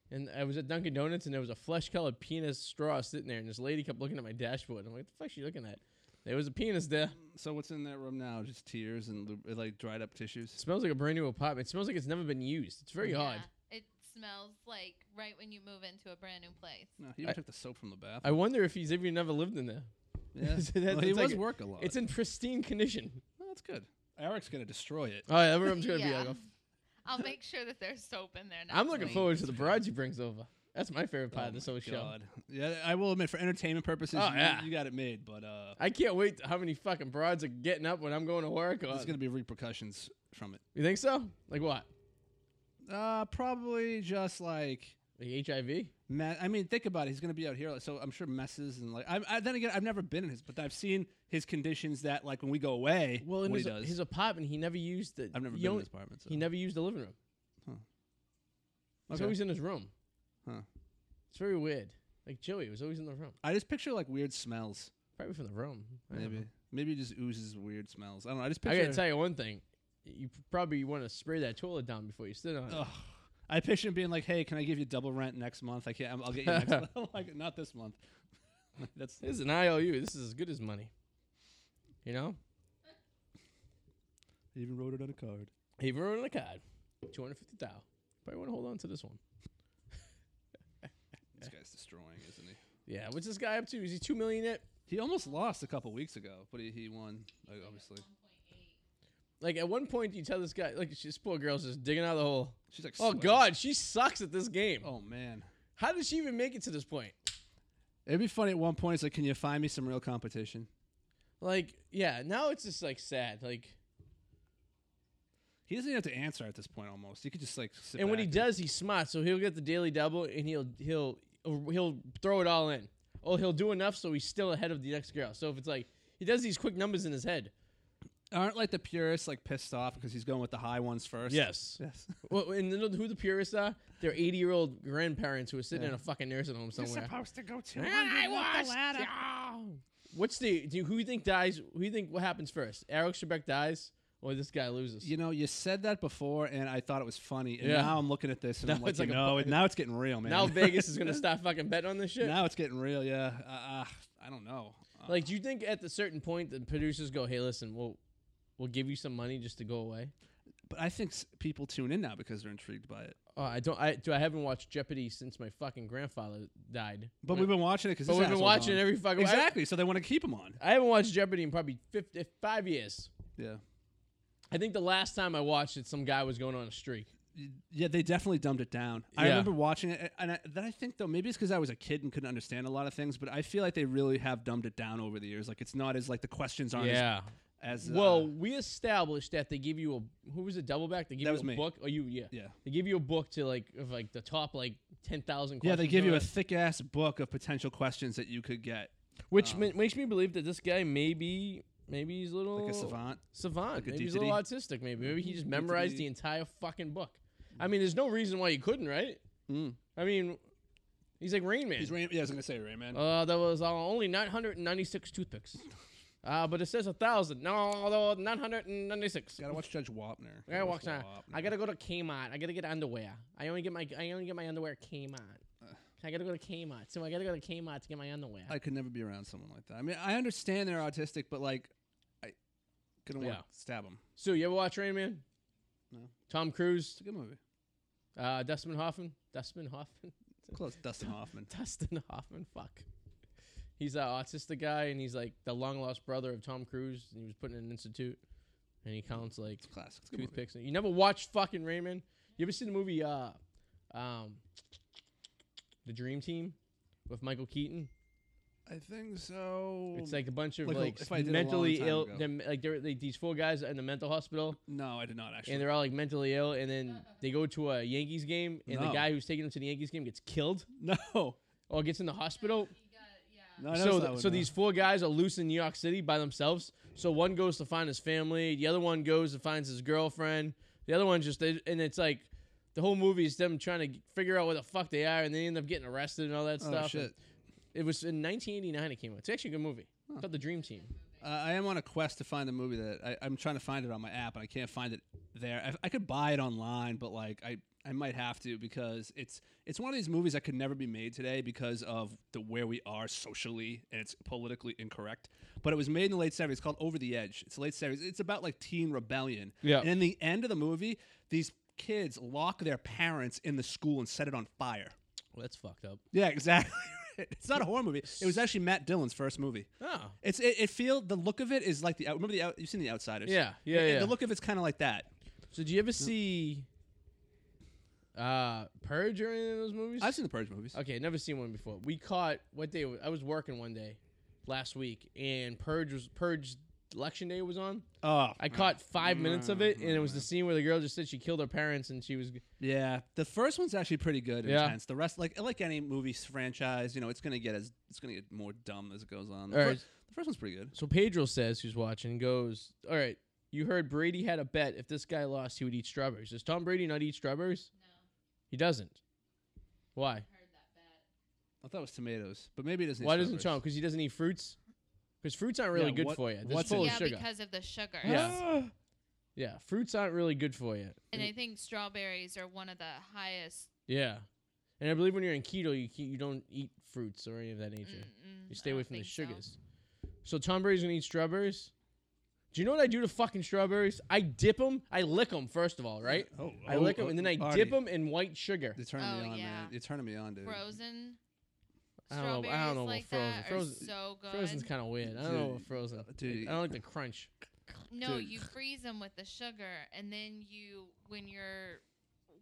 S1: and I was at Dunkin' Donuts, and there was a flesh-colored penis straw sitting there, and this lady kept looking at my dashboard. I'm like, "What the fuck is she looking at?" There was a penis there.
S2: So what's in that room now? Just tears and lub- uh, like dried up
S1: It
S2: tissues.
S1: smells like a brand new apartment. It smells like it's never been used. It's very odd.
S3: Yeah, It smells like right when you move into a brand new place.
S2: No, he even took the soap from the bath.
S1: I wonder if he's even never lived in there.
S2: yeah.
S1: That's-
S2: well, he
S1: it's like
S2: was
S1: a-
S2: work a lot.
S1: It's in pristine condition.
S2: Well, that's good. Eric's gonna destroy it.
S1: Oh, yeah, everyone's gonna
S3: Yeah.
S1: be like,
S3: I'll make sure that there's soap in there. Next
S1: "I'm looking
S3: week.
S1: forward to the broads he brings over." That's my favorite part
S2: Oh
S1: of this
S2: my
S1: whole show.
S2: God. Yeah, I will admit, for entertainment purposes,
S1: Oh,
S2: you,
S1: yeah.
S2: you got it made, but uh,
S1: I can't wait to- how many fucking broads are getting up when I'm going to work. Or,
S2: there's going to be repercussions from it.
S1: you think so? Like what?
S2: Uh, probably just like.
S1: Like HIV?
S2: Ma- I mean, think about it. He's going to be out here, like, so I'm sure messes and like. I, I, then again, I've never been in his, but I've seen his conditions that like when we go away,
S1: Well, in
S2: what
S1: his,
S2: he does.
S1: his apartment, he never used the.
S2: I've never
S1: he
S2: been in
S1: only-
S2: his apartment. So.
S1: He never used the living room. He's
S2: Okay.
S1: always in his room.
S2: Huh.
S1: It's very weird. Like Joey was always in the room,
S2: I just picture like weird smells.
S1: probably from the room. I don't
S2: Maybe
S1: know.
S2: maybe it just oozes weird smells. I don't know. I just
S1: Uh-huh. I
S2: picture.
S1: gotta tell you one thing. You probably want to spray that toilet down before you sit on it.
S2: Ugh. I picture him being like, "Hey, can I give you double rent next month? I can't. I'll get you next month. like not this month. That's
S1: This is an IOU. This is as good as money. You know,
S2: he even wrote it on a card.
S1: he even wrote on a card, two hundred fifty thousand. Probably want to hold on to this one.
S2: This guy's destroying, isn't he?
S1: Yeah, what's this guy up to? Is he two million yet?
S2: He almost lost a couple weeks ago, but he, he won. Like, obviously,
S3: 1.8.
S1: Like at one point, you tell this guy, like this poor girl's just digging out of the hole.
S2: she's like,
S1: Oh
S2: sweating.
S1: God, she sucks at this game.
S2: oh man."
S1: How did she even make it to this point?
S2: It'd be funny at one point. It's like, can you find me some real competition?
S1: Like, yeah, now it's just like sad. Like,
S2: He doesn't even have to answer at this point. Almost, he could just like. Sit
S1: and when
S2: back
S1: he does, he's smart, so he'll get the daily double, and he'll he'll he'll throw it all in. Oh, he'll do enough, so he's still ahead of the next girl. So if it's like he does these quick numbers in his head.
S2: aren't like the purists like pissed off because he's going with the high ones first.
S1: Yes.
S2: yes.
S1: well, and you know who the purists are? They're eighty-year-old grandparents who are sitting
S2: Yeah.
S1: in a fucking nursing home somewhere.
S2: to go to.
S1: And I watched y'all. What's the do you, who you think dies? Who you think what happens first? Eric Shebeck dies, or this guy loses?
S2: You know, you said that before, and I thought it was funny. And
S1: Yeah.
S2: now I'm looking at this, and
S1: Now
S2: I'm like,
S1: it's like a
S2: no,
S1: bu-
S2: it- now it's getting real, man.
S1: now Vegas is gonna start fucking betting on this shit.
S2: now it's getting real. Yeah. Uh, uh, I don't know. Uh,
S1: Like, do you think at a certain point the producers go, "Hey, listen, we'll we'll give you some money just to go away"?
S2: but I think s- people tune in now because they're intrigued by it.
S1: Oh, I don't. I do. I haven't watched Jeopardy since my fucking grandfather died.
S2: But we've been watching it because
S1: But we've been watching every fucking.
S2: exactly. So they want to keep him on.
S1: I, I haven't watched Jeopardy in probably 50, five years.
S2: Yeah.
S1: I think the last time I watched it, some guy was going on a streak.
S2: Yeah, they definitely dumbed it down. I
S1: Yeah.
S2: remember watching it, and I, then I think though maybe it's because I was a kid and couldn't understand a lot of things, but I feel like they really have dumbed it down over the years. Like it's not as like the questions aren't as, as uh,
S1: Well, we established that they give you a who was it double back? They give
S2: That
S1: you
S2: was
S1: a
S2: me.
S1: book. Oh, you yeah.
S2: yeah,
S1: They give you a book to like of like the top like ten thousand.
S2: yeah. They give you a thick ass book of potential questions that you could get,
S1: Which
S2: Um,
S1: ma- makes me believe that this guy maybe maybe he's a little
S2: like a savant.
S1: savant.
S2: like a
S1: maybe he's a
S2: DTD.
S1: little autistic. Maybe maybe he just
S2: DTD.
S1: memorized the entire fucking book. I mean, there's no reason why you couldn't, right?
S2: Mm.
S1: I mean, he's like Rain Man.
S2: He's Rain, yeah, I was gonna say Rayman.
S1: Uh, there was uh, only 996 toothpicks. Uh, but it says a thousand. No, there were 996.
S2: gotta watch Judge Wapner.
S1: I gotta walk down. I gotta go to Kmart. I gotta get underwear. I only get my I only get my underwear at Kmart. I gotta go to Kmart, so I gotta go to Kmart to get my underwear.
S2: I could never be around someone like that. I mean, I understand they're autistic, but like, I couldn't want
S1: Yeah.
S2: to stab him.
S1: Sue, you ever watch Rain Man?
S2: No.
S1: Tom Cruise,
S2: It's a good movie.
S1: uh, Dustin Hoffman, Dustin Hoffman,
S2: Close, Dustin Hoffman.
S1: Dustin Hoffman. Fuck. He's an autistic guy, and he's like the long lost brother of Tom Cruise, and he was put in an institute, and he counts like
S2: It's a classic. It's a good movie.
S1: toothpicks. You never watched fucking Raymond? You ever seen the movie uh um The Dream Team with Michael Keaton?
S2: I think so.
S1: It's like a bunch of
S2: Like,
S1: like,
S2: a- if I did a long
S1: mentally
S2: time
S1: ill
S2: ago.
S1: them like they're like these four guys are in the mental hospital
S2: no, I did not actually.
S1: and they're all like mentally ill and then they go to a Yankees game and the
S2: No.
S1: guy who's taking them to the Yankees game gets killed
S2: no,
S1: or gets in the hospital.
S3: He
S2: no.
S3: got, yeah.
S2: I
S1: so
S2: noticed
S1: th-
S2: that
S1: so
S2: one,
S1: these four guys are loose in New York City by themselves. So one goes to find his family, the other one goes and finds his girlfriend. The other one just they, and it's like the whole movie is them trying to g- figure out where the fuck they are and they end up getting arrested and all that
S2: uh,
S1: stuff.
S2: Oh,
S1: And
S2: shit.
S1: It was in 1989 it came out. It's actually a good movie.
S2: Huh.
S1: It's called The Dream Team.
S2: Uh, I am on a quest to find a movie that I, I'm trying to find it on my app, and I can't find it there. I, I could buy it online, but like I, I might have to because it's it's one of these movies that could never be made today because of the where we are socially and it's politically incorrect. But it was made in the late '70s. It's called Over the Edge. It's a late '70s. It's about like teen rebellion.
S1: Yeah.
S2: And in the end of the movie, these kids lock their parents in the school and set it on fire.
S1: Well, that's fucked up.
S2: Yeah, exactly. it's not a horror movie. It was actually Matt Dillon's first movie.
S1: Oh.
S2: It's it, it feel the look of it is like the out- remember the out, you've seen the Outsiders.
S1: Yeah, yeah,
S2: And
S1: yeah.
S2: The look of it's kind of like that.
S1: So do you ever see Uh, Purge or any of those movies?
S2: I've seen the Purge movies.
S1: Okay, never seen one before. We caught what day? was- I was working one day last week, and Purge was Purge election day was on.
S2: Oh,
S1: I caught five minutes of it, and it was
S2: Mm-hmm.
S1: the scene where the girl just said she killed her parents, and she was
S2: Yeah, the first one's actually pretty good and
S1: Yeah.
S2: intense. The rest, like like any movie franchise, you know, it's gonna get as it's gonna get more dumb as it goes on. The,
S1: All
S2: fir-
S1: right.
S2: the first one's pretty good.
S1: So Pedro says, who's watching, goes, All right, you heard Brady had a bet if this guy lost, he would eat strawberries. Does Tom Brady not eat strawberries?
S3: No,
S1: He doesn't. Why?
S3: heard that bet.
S2: I thought it was tomatoes, but maybe it doesn't.
S1: Why doesn't Tom? Because he doesn't eat fruits? Because fruits aren't really
S2: Yeah,
S1: good
S2: what-
S1: for you. Ththey're
S2: what's
S1: full
S2: in-
S1: of
S3: yeah,
S1: sugar.
S3: because of the sugar.
S1: Yeah. Yeah, fruits aren't really good for you.
S3: And I think strawberries are one of the highest.
S1: yeah. And I believe when you're in keto, you ke- you don't eat fruits or any of that nature.
S3: Mm-mm,
S1: You stay
S3: Mm, I
S1: away
S3: don't
S1: from the
S3: think so.
S1: sugars. So. Tom Brady's gonna eat strawberberries. Do you know what I do to fucking strawberries? I dip them. I lick them first of
S3: Ah.
S1: all, right?
S2: Oh,
S1: I
S2: oh,
S1: lick them
S2: oh,
S1: and then I dip 'em
S2: Artie,
S1: dip them in white sugar.
S2: You're turning me
S3: Oh,
S2: on,
S3: yeah.
S2: man. You're turning me on, dude.
S3: Frozen
S1: I don't know- I don't
S3: strawberries
S1: know about
S3: like that
S1: frozen.
S3: are so good.
S1: Frozen's kind of weird. I don't know
S2: Dude,
S1: about frozen.
S2: dude.
S1: I don't like the crunch.
S3: No,
S2: Dude.
S3: you freeze them with the sugar, and then you, when you're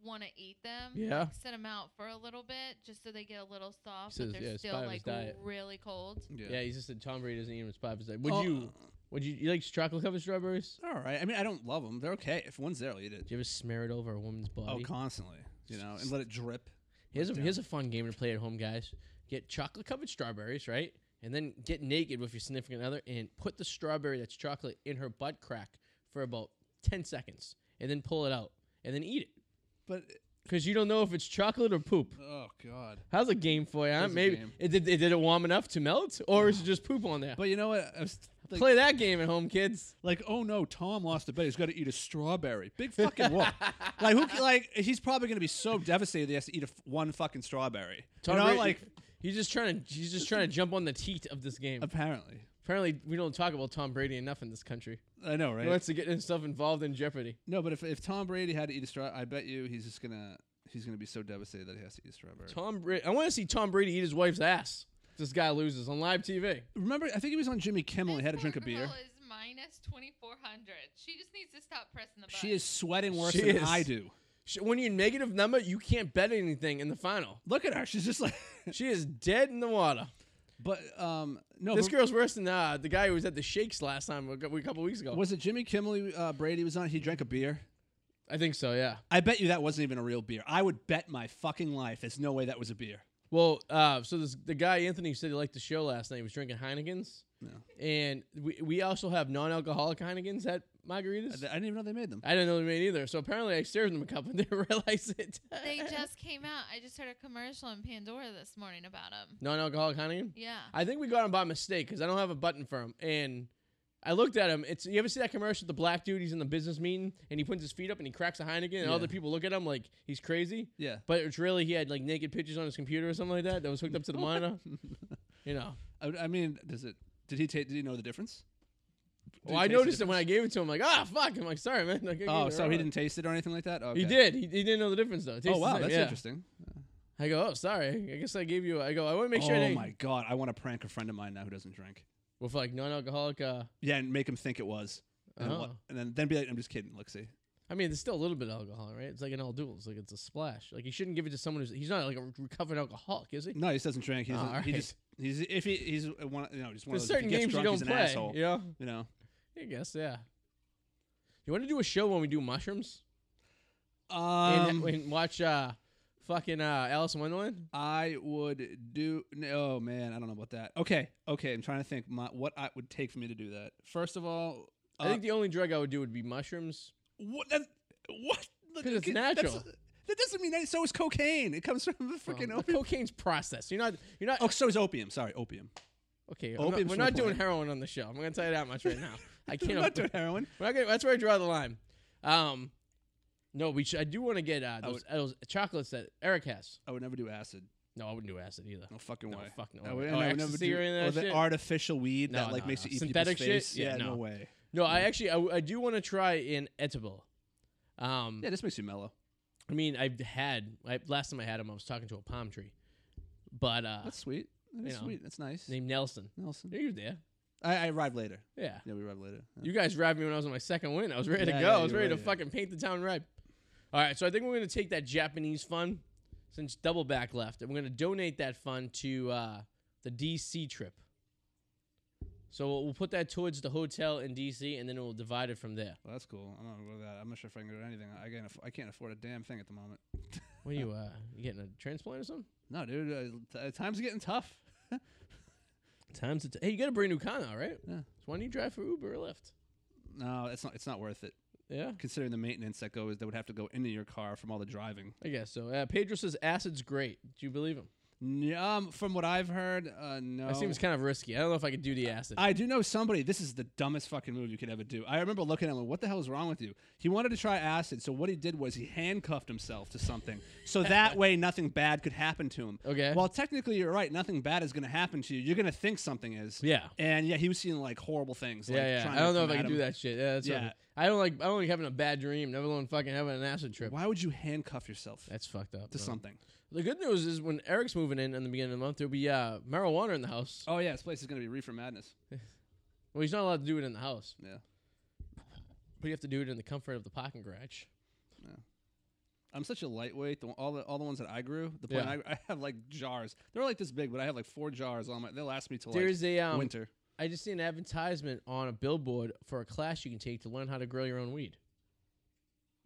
S3: want to eat them,
S1: Yeah.
S3: like, set them out for a little bit just so they get a little soft,
S1: says,
S3: but
S1: yeah,
S3: they're
S1: it's
S3: still
S1: part of
S3: like
S1: his diet.
S3: really cold.
S1: Yeah, he just said Tom Brady doesn't eat him. It's five Would
S2: Oh, uh,
S1: you? Would you? You like chocolate covered strawberries?
S2: All right. I mean, I don't love them. They're okay. If one's there, I'll eat it.
S1: Do you ever smear it over a woman's
S2: Oh,
S1: body?
S2: constantly. You know, and let it drip.
S1: here's a
S2: damn.
S1: here's a fun game to play at home, guys. Get chocolate covered strawberries, right? And then get naked with your significant other and put the strawberry that's chocolate in her butt crack for about ten seconds, and then pull it out and then eat it
S2: But
S1: because you don't know if it's chocolate or poop.
S2: oh god.
S1: How's a game for you? Huh?
S2: That's a
S1: Maybe
S2: game.
S1: it did, it did it warm enough to melt, or is it just poop on there?
S2: But you know what? I was like,
S1: Play that game at home, kids.
S2: like, oh no, Tom lost a bet. He's got to eat a strawberry. Big fucking whoop. like who? ca- Like he's probably gonna be so devastated that he has to eat a f- one fucking strawberry.
S1: Tom
S2: you know,
S1: Brady-
S2: like
S1: he's just trying to he's just trying to jump on the teat of this game.
S2: apparently.
S1: Apparently, we don't talk about Tom Brady enough in this country.
S2: I know, right?
S1: He wants to get himself involved in Jeopardy.
S2: no, but if if Tom Brady had to eat a straw, I bet you he's just gonna he's gonna be so devastated that he has to eat a strawberry.
S1: Tom Brady. I want to see Tom Brady eat his wife's ass. if This guy loses on live TV.
S2: Remember, I think he was on Jimmy Kimmel. and He
S3: This
S2: had to drink a
S3: poor girl
S2: beer.
S3: Is minus twenty four hundred. She just needs to stop pressing the button.
S2: She is sweating worse
S1: She
S2: than
S1: is.
S2: I do.
S1: Sh- When you're negative number, you can't bet anything in the final.
S2: Look at her. She's just like.
S1: She is dead in the water.
S2: but um, no.
S1: This
S2: but-
S1: girl's worse than uh, the guy who was at the Shakes last time a cou- a couple weeks ago.
S2: was it Jimmy Kimmel uh, Brady was on? He drank a beer.
S1: I think so. Yeah.
S2: I bet you that wasn't even a real beer. I would bet my fucking life there's no way that was a beer.
S1: Well, uh, so this, the guy Anthony said he liked the show last night. He was drinking Heinekens,
S2: No.
S1: and we, we also have non-alcoholic Heinekens at margaritas.
S2: I didn't even know they made them.
S1: I didn't know they made either. So apparently, I served them a couple and didn't realize it.
S3: They just came out. I just heard a commercial in Pandora this morning about them.
S1: non-alcoholic Heineken.
S3: Yeah.
S1: I think we got him by mistake because I don't have a button for him. And I looked at him. It's you ever see that commercial with the black dude? He's in the business meeting and he puts his feet up and he cracks a Heineken, and
S2: Yeah.
S1: all the people look at him like he's crazy.
S2: Yeah.
S1: But it's really he had like naked pictures on his computer or something like that that was hooked up to the monitor. You know.
S2: I, I mean, does it? Did he take? Did he know the difference? Did
S1: Well,
S2: he
S1: I
S2: taste the
S1: noticed it when I
S2: difference?
S1: gave it to him. Like, ah, fuck. I'm like, sorry, man. Like, I gave
S2: Oh,
S1: you the
S2: so
S1: wrong
S2: he
S1: one."
S2: didn't taste it or anything like that. Okay.
S1: He did. He, he didn't know the difference though. It tastes
S2: Oh
S1: the
S2: wow,
S1: same.
S2: that's
S1: Yeah.
S2: interesting.
S1: I go, oh, sorry. I guess I gave you. I go, I want to make sure. I
S2: oh
S1: didn't-
S2: my god, I want to prank a friend of mine now who doesn't drink.
S1: With like non-alcoholic. Uh,
S2: Yeah, and make him think it was, and, then, what-
S1: Oh.
S2: and then then be like, I'm just kidding, look, see.
S1: I mean, there's still a little bit of alcohol, right? It's like an all duels. Like it's a splash. Like you shouldn't give it to someone who's. He's not like a recovered alcoholic, is he?
S2: No, he just doesn't drink. He,
S1: Oh,
S2: doesn't, he
S1: alright.
S2: just he's if he he's uh, one you know just one of those
S1: There's certain
S2: if he
S1: games
S2: gets drunk,
S1: you don't
S2: he's an
S1: play.
S2: asshole.
S1: You know.
S2: You know.
S1: I guess yeah. You want to do a show when we do mushrooms and,
S2: Um,
S1: and watch uh, fucking uh, Alice in Wonderland?
S2: I would do. No, oh, man, I don't know about that. Okay, okay, I'm trying to think my, what I would take for me to do that. First of all, uh,
S1: I think the only drug I would do would be mushrooms.
S2: what that, what Look,
S1: 'Cause it's
S2: okay, that's-
S1: natural.
S2: That doesn't mean that. So is cocaine. It comes from the freaking
S1: Um,
S2: opium.
S1: cocaine's processed. You're not. You're not.
S2: Oh, so is opium. Sorry, opium.
S1: Okay, I'm not,
S2: Opium's
S1: we're
S2: no
S1: not doing
S2: point.
S1: heroin on the show. I'm gonna tell you that much right now. I can't.
S2: I'm not doing heroin.
S1: we're not gonna- that's where I draw the line. Um, no, we. Should, I do want to get uh,
S2: I
S1: those, those chocolates that Eric has.
S2: I would never do acid.
S1: No, I wouldn't do acid either.
S2: No fucking
S1: No,
S2: way.
S1: fuck no
S2: I
S1: way.
S2: would, and
S1: Oh,
S2: I would never
S1: ecstasy
S2: do
S1: or any of that
S2: the
S1: shit?
S2: artificial weed
S1: No,
S2: that like
S1: no,
S2: makes
S1: no.
S2: you eat
S1: Synthetic
S2: people's
S1: shit?
S2: face.
S1: Yeah,
S2: Yeah, no
S1: no.
S2: way.
S1: No, I actually I, w- I do want to try an edible. Um,
S2: Yeah, this makes you mellow.
S1: I mean I've had I, last time I had him I was talking to a palm tree, but uh,
S2: That's sweet. That's
S1: you know,
S2: sweet. That's nice.
S1: named Nelson.
S2: Nelson.
S1: Yeah, you were there?
S2: I, I arrived later.
S1: Yeah.
S2: Yeah, we arrived later. Yeah.
S1: You guys robbed me when I was on my second win. I was ready
S2: Yeah,
S1: to go.
S2: yeah,
S1: I was
S2: you
S1: ready
S2: were,
S1: to
S2: yeah.
S1: fucking paint the town red. All right, so I think we're going to take that Japanese fund since Double Back left, and we're going to donate that fund to uh, the DC trip. So we'll we'll put that towards the hotel in DC, and then we'll divide it from there.
S2: Well, that's cool. I'm not with that. I'm not sure if I can do anything. I can't. Aff- I can't afford a damn thing at the moment.
S1: What are you, uh, you getting a transplant or something?
S2: No, dude. Uh, t- uh, times are getting tough.
S1: Times to t- hey, you got a brand new car now, right?
S2: Yeah.
S1: So why don't you drive for Uber or Lyft?
S2: No, it's not. It's not worth it.
S1: Yeah,
S2: Considering the maintenance that goes, that would have to go into your car from all the driving.
S1: I guess so. Uh, Pedro says acid's great. Do you believe him?
S2: N- um, from what I've heard, uh, no.
S1: That seems kind of risky. I don't know if I could do the acid.
S2: I do know somebody. This is the dumbest fucking move you could ever do. I remember looking at him. What the hell is wrong with you? He wanted to try acid, so what he did was he handcuffed himself to something, so that way nothing bad could happen to him.
S1: Okay.
S2: Well, technically you're right. Nothing bad is going to happen to you. You're going to think something is.
S1: yeah.
S2: And yeah, he was seeing like horrible things. like,
S1: yeah, yeah.
S2: trying
S1: I
S2: to
S1: don't know if
S2: come
S1: I
S2: at
S1: can do
S2: him.
S1: that shit. Yeah, that's yeah.
S2: Yeah.
S1: I don't like. I don't like having a bad dream. Never alone fucking having an acid trip.
S2: Why would you handcuff yourself
S1: That's fucked up.
S2: to
S1: bro.
S2: something?
S1: The good news is when Eric's moving in in the beginning of the month, there'll be uh, marijuana in the house.
S2: Oh yeah, this place is going to be reefer madness.
S1: Well, he's not allowed to do it in the house.
S2: Yeah.
S1: But you have to do it in the comfort of the parking garage.
S2: I'm such a lightweight. The, all the all the ones that I grew, the point
S1: Yeah.
S2: I, I have like jars. They're like this big, but I have like four jars on my. They'll last me till like
S1: There's a um,
S2: winter.
S1: I just see an advertisement on a billboard for a class you can take to learn how to grow your own weed,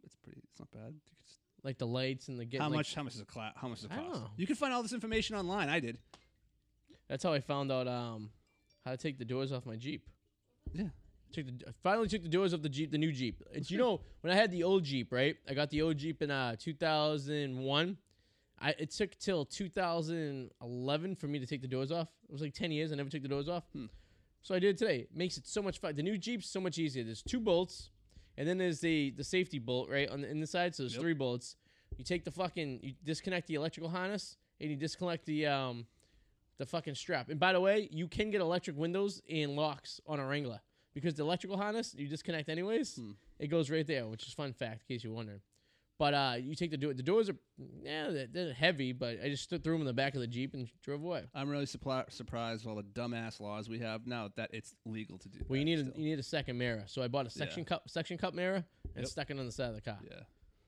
S2: It's pretty. It's not bad. You could just-
S1: like the lights and the get.
S2: how
S1: like- Oh.
S2: much? How much is a class? How much does it
S1: I don't
S2: cost?
S1: know.
S2: You can find all this information online. I did.
S1: That's how I found out um, how to take the doors off my Jeep.
S2: Yeah.
S1: Took the, I finally took the doors off the Jeep, the new Jeep. It's you know when I had the old Jeep, right? I got the old Jeep in uh 2001. I it took till 2011 for me to take the doors off. It was like 10 years I never took the doors off.
S2: Hmm.
S1: So I did it today. It makes it so much fun. The new Jeep's so much easier. There's two bolts, and then there's the the safety bolt right on the in the side. So there's
S2: Yep.
S1: three bolts. You take the fucking you disconnect the electrical harness and you disconnect the um the fucking strap. And by the way, you can get electric windows and locks on a Wrangler because the electrical harness you disconnect anyways.
S2: Hmm.
S1: It goes right there, which is fun fact in case you're wondering. But uh, you take the door. The doors are yeah, they're, they're heavy, but I just threw them in the back of the jeep and drove away.
S2: I'm really suppli- surprised with all the dumbass laws we have now that it's legal to do.
S1: Well,
S2: that
S1: you need a,
S2: still.
S1: you need a second mirror, so I bought a section cup section cup mirror and
S2: Yep.
S1: stuck it on the side of the car.
S2: yeah.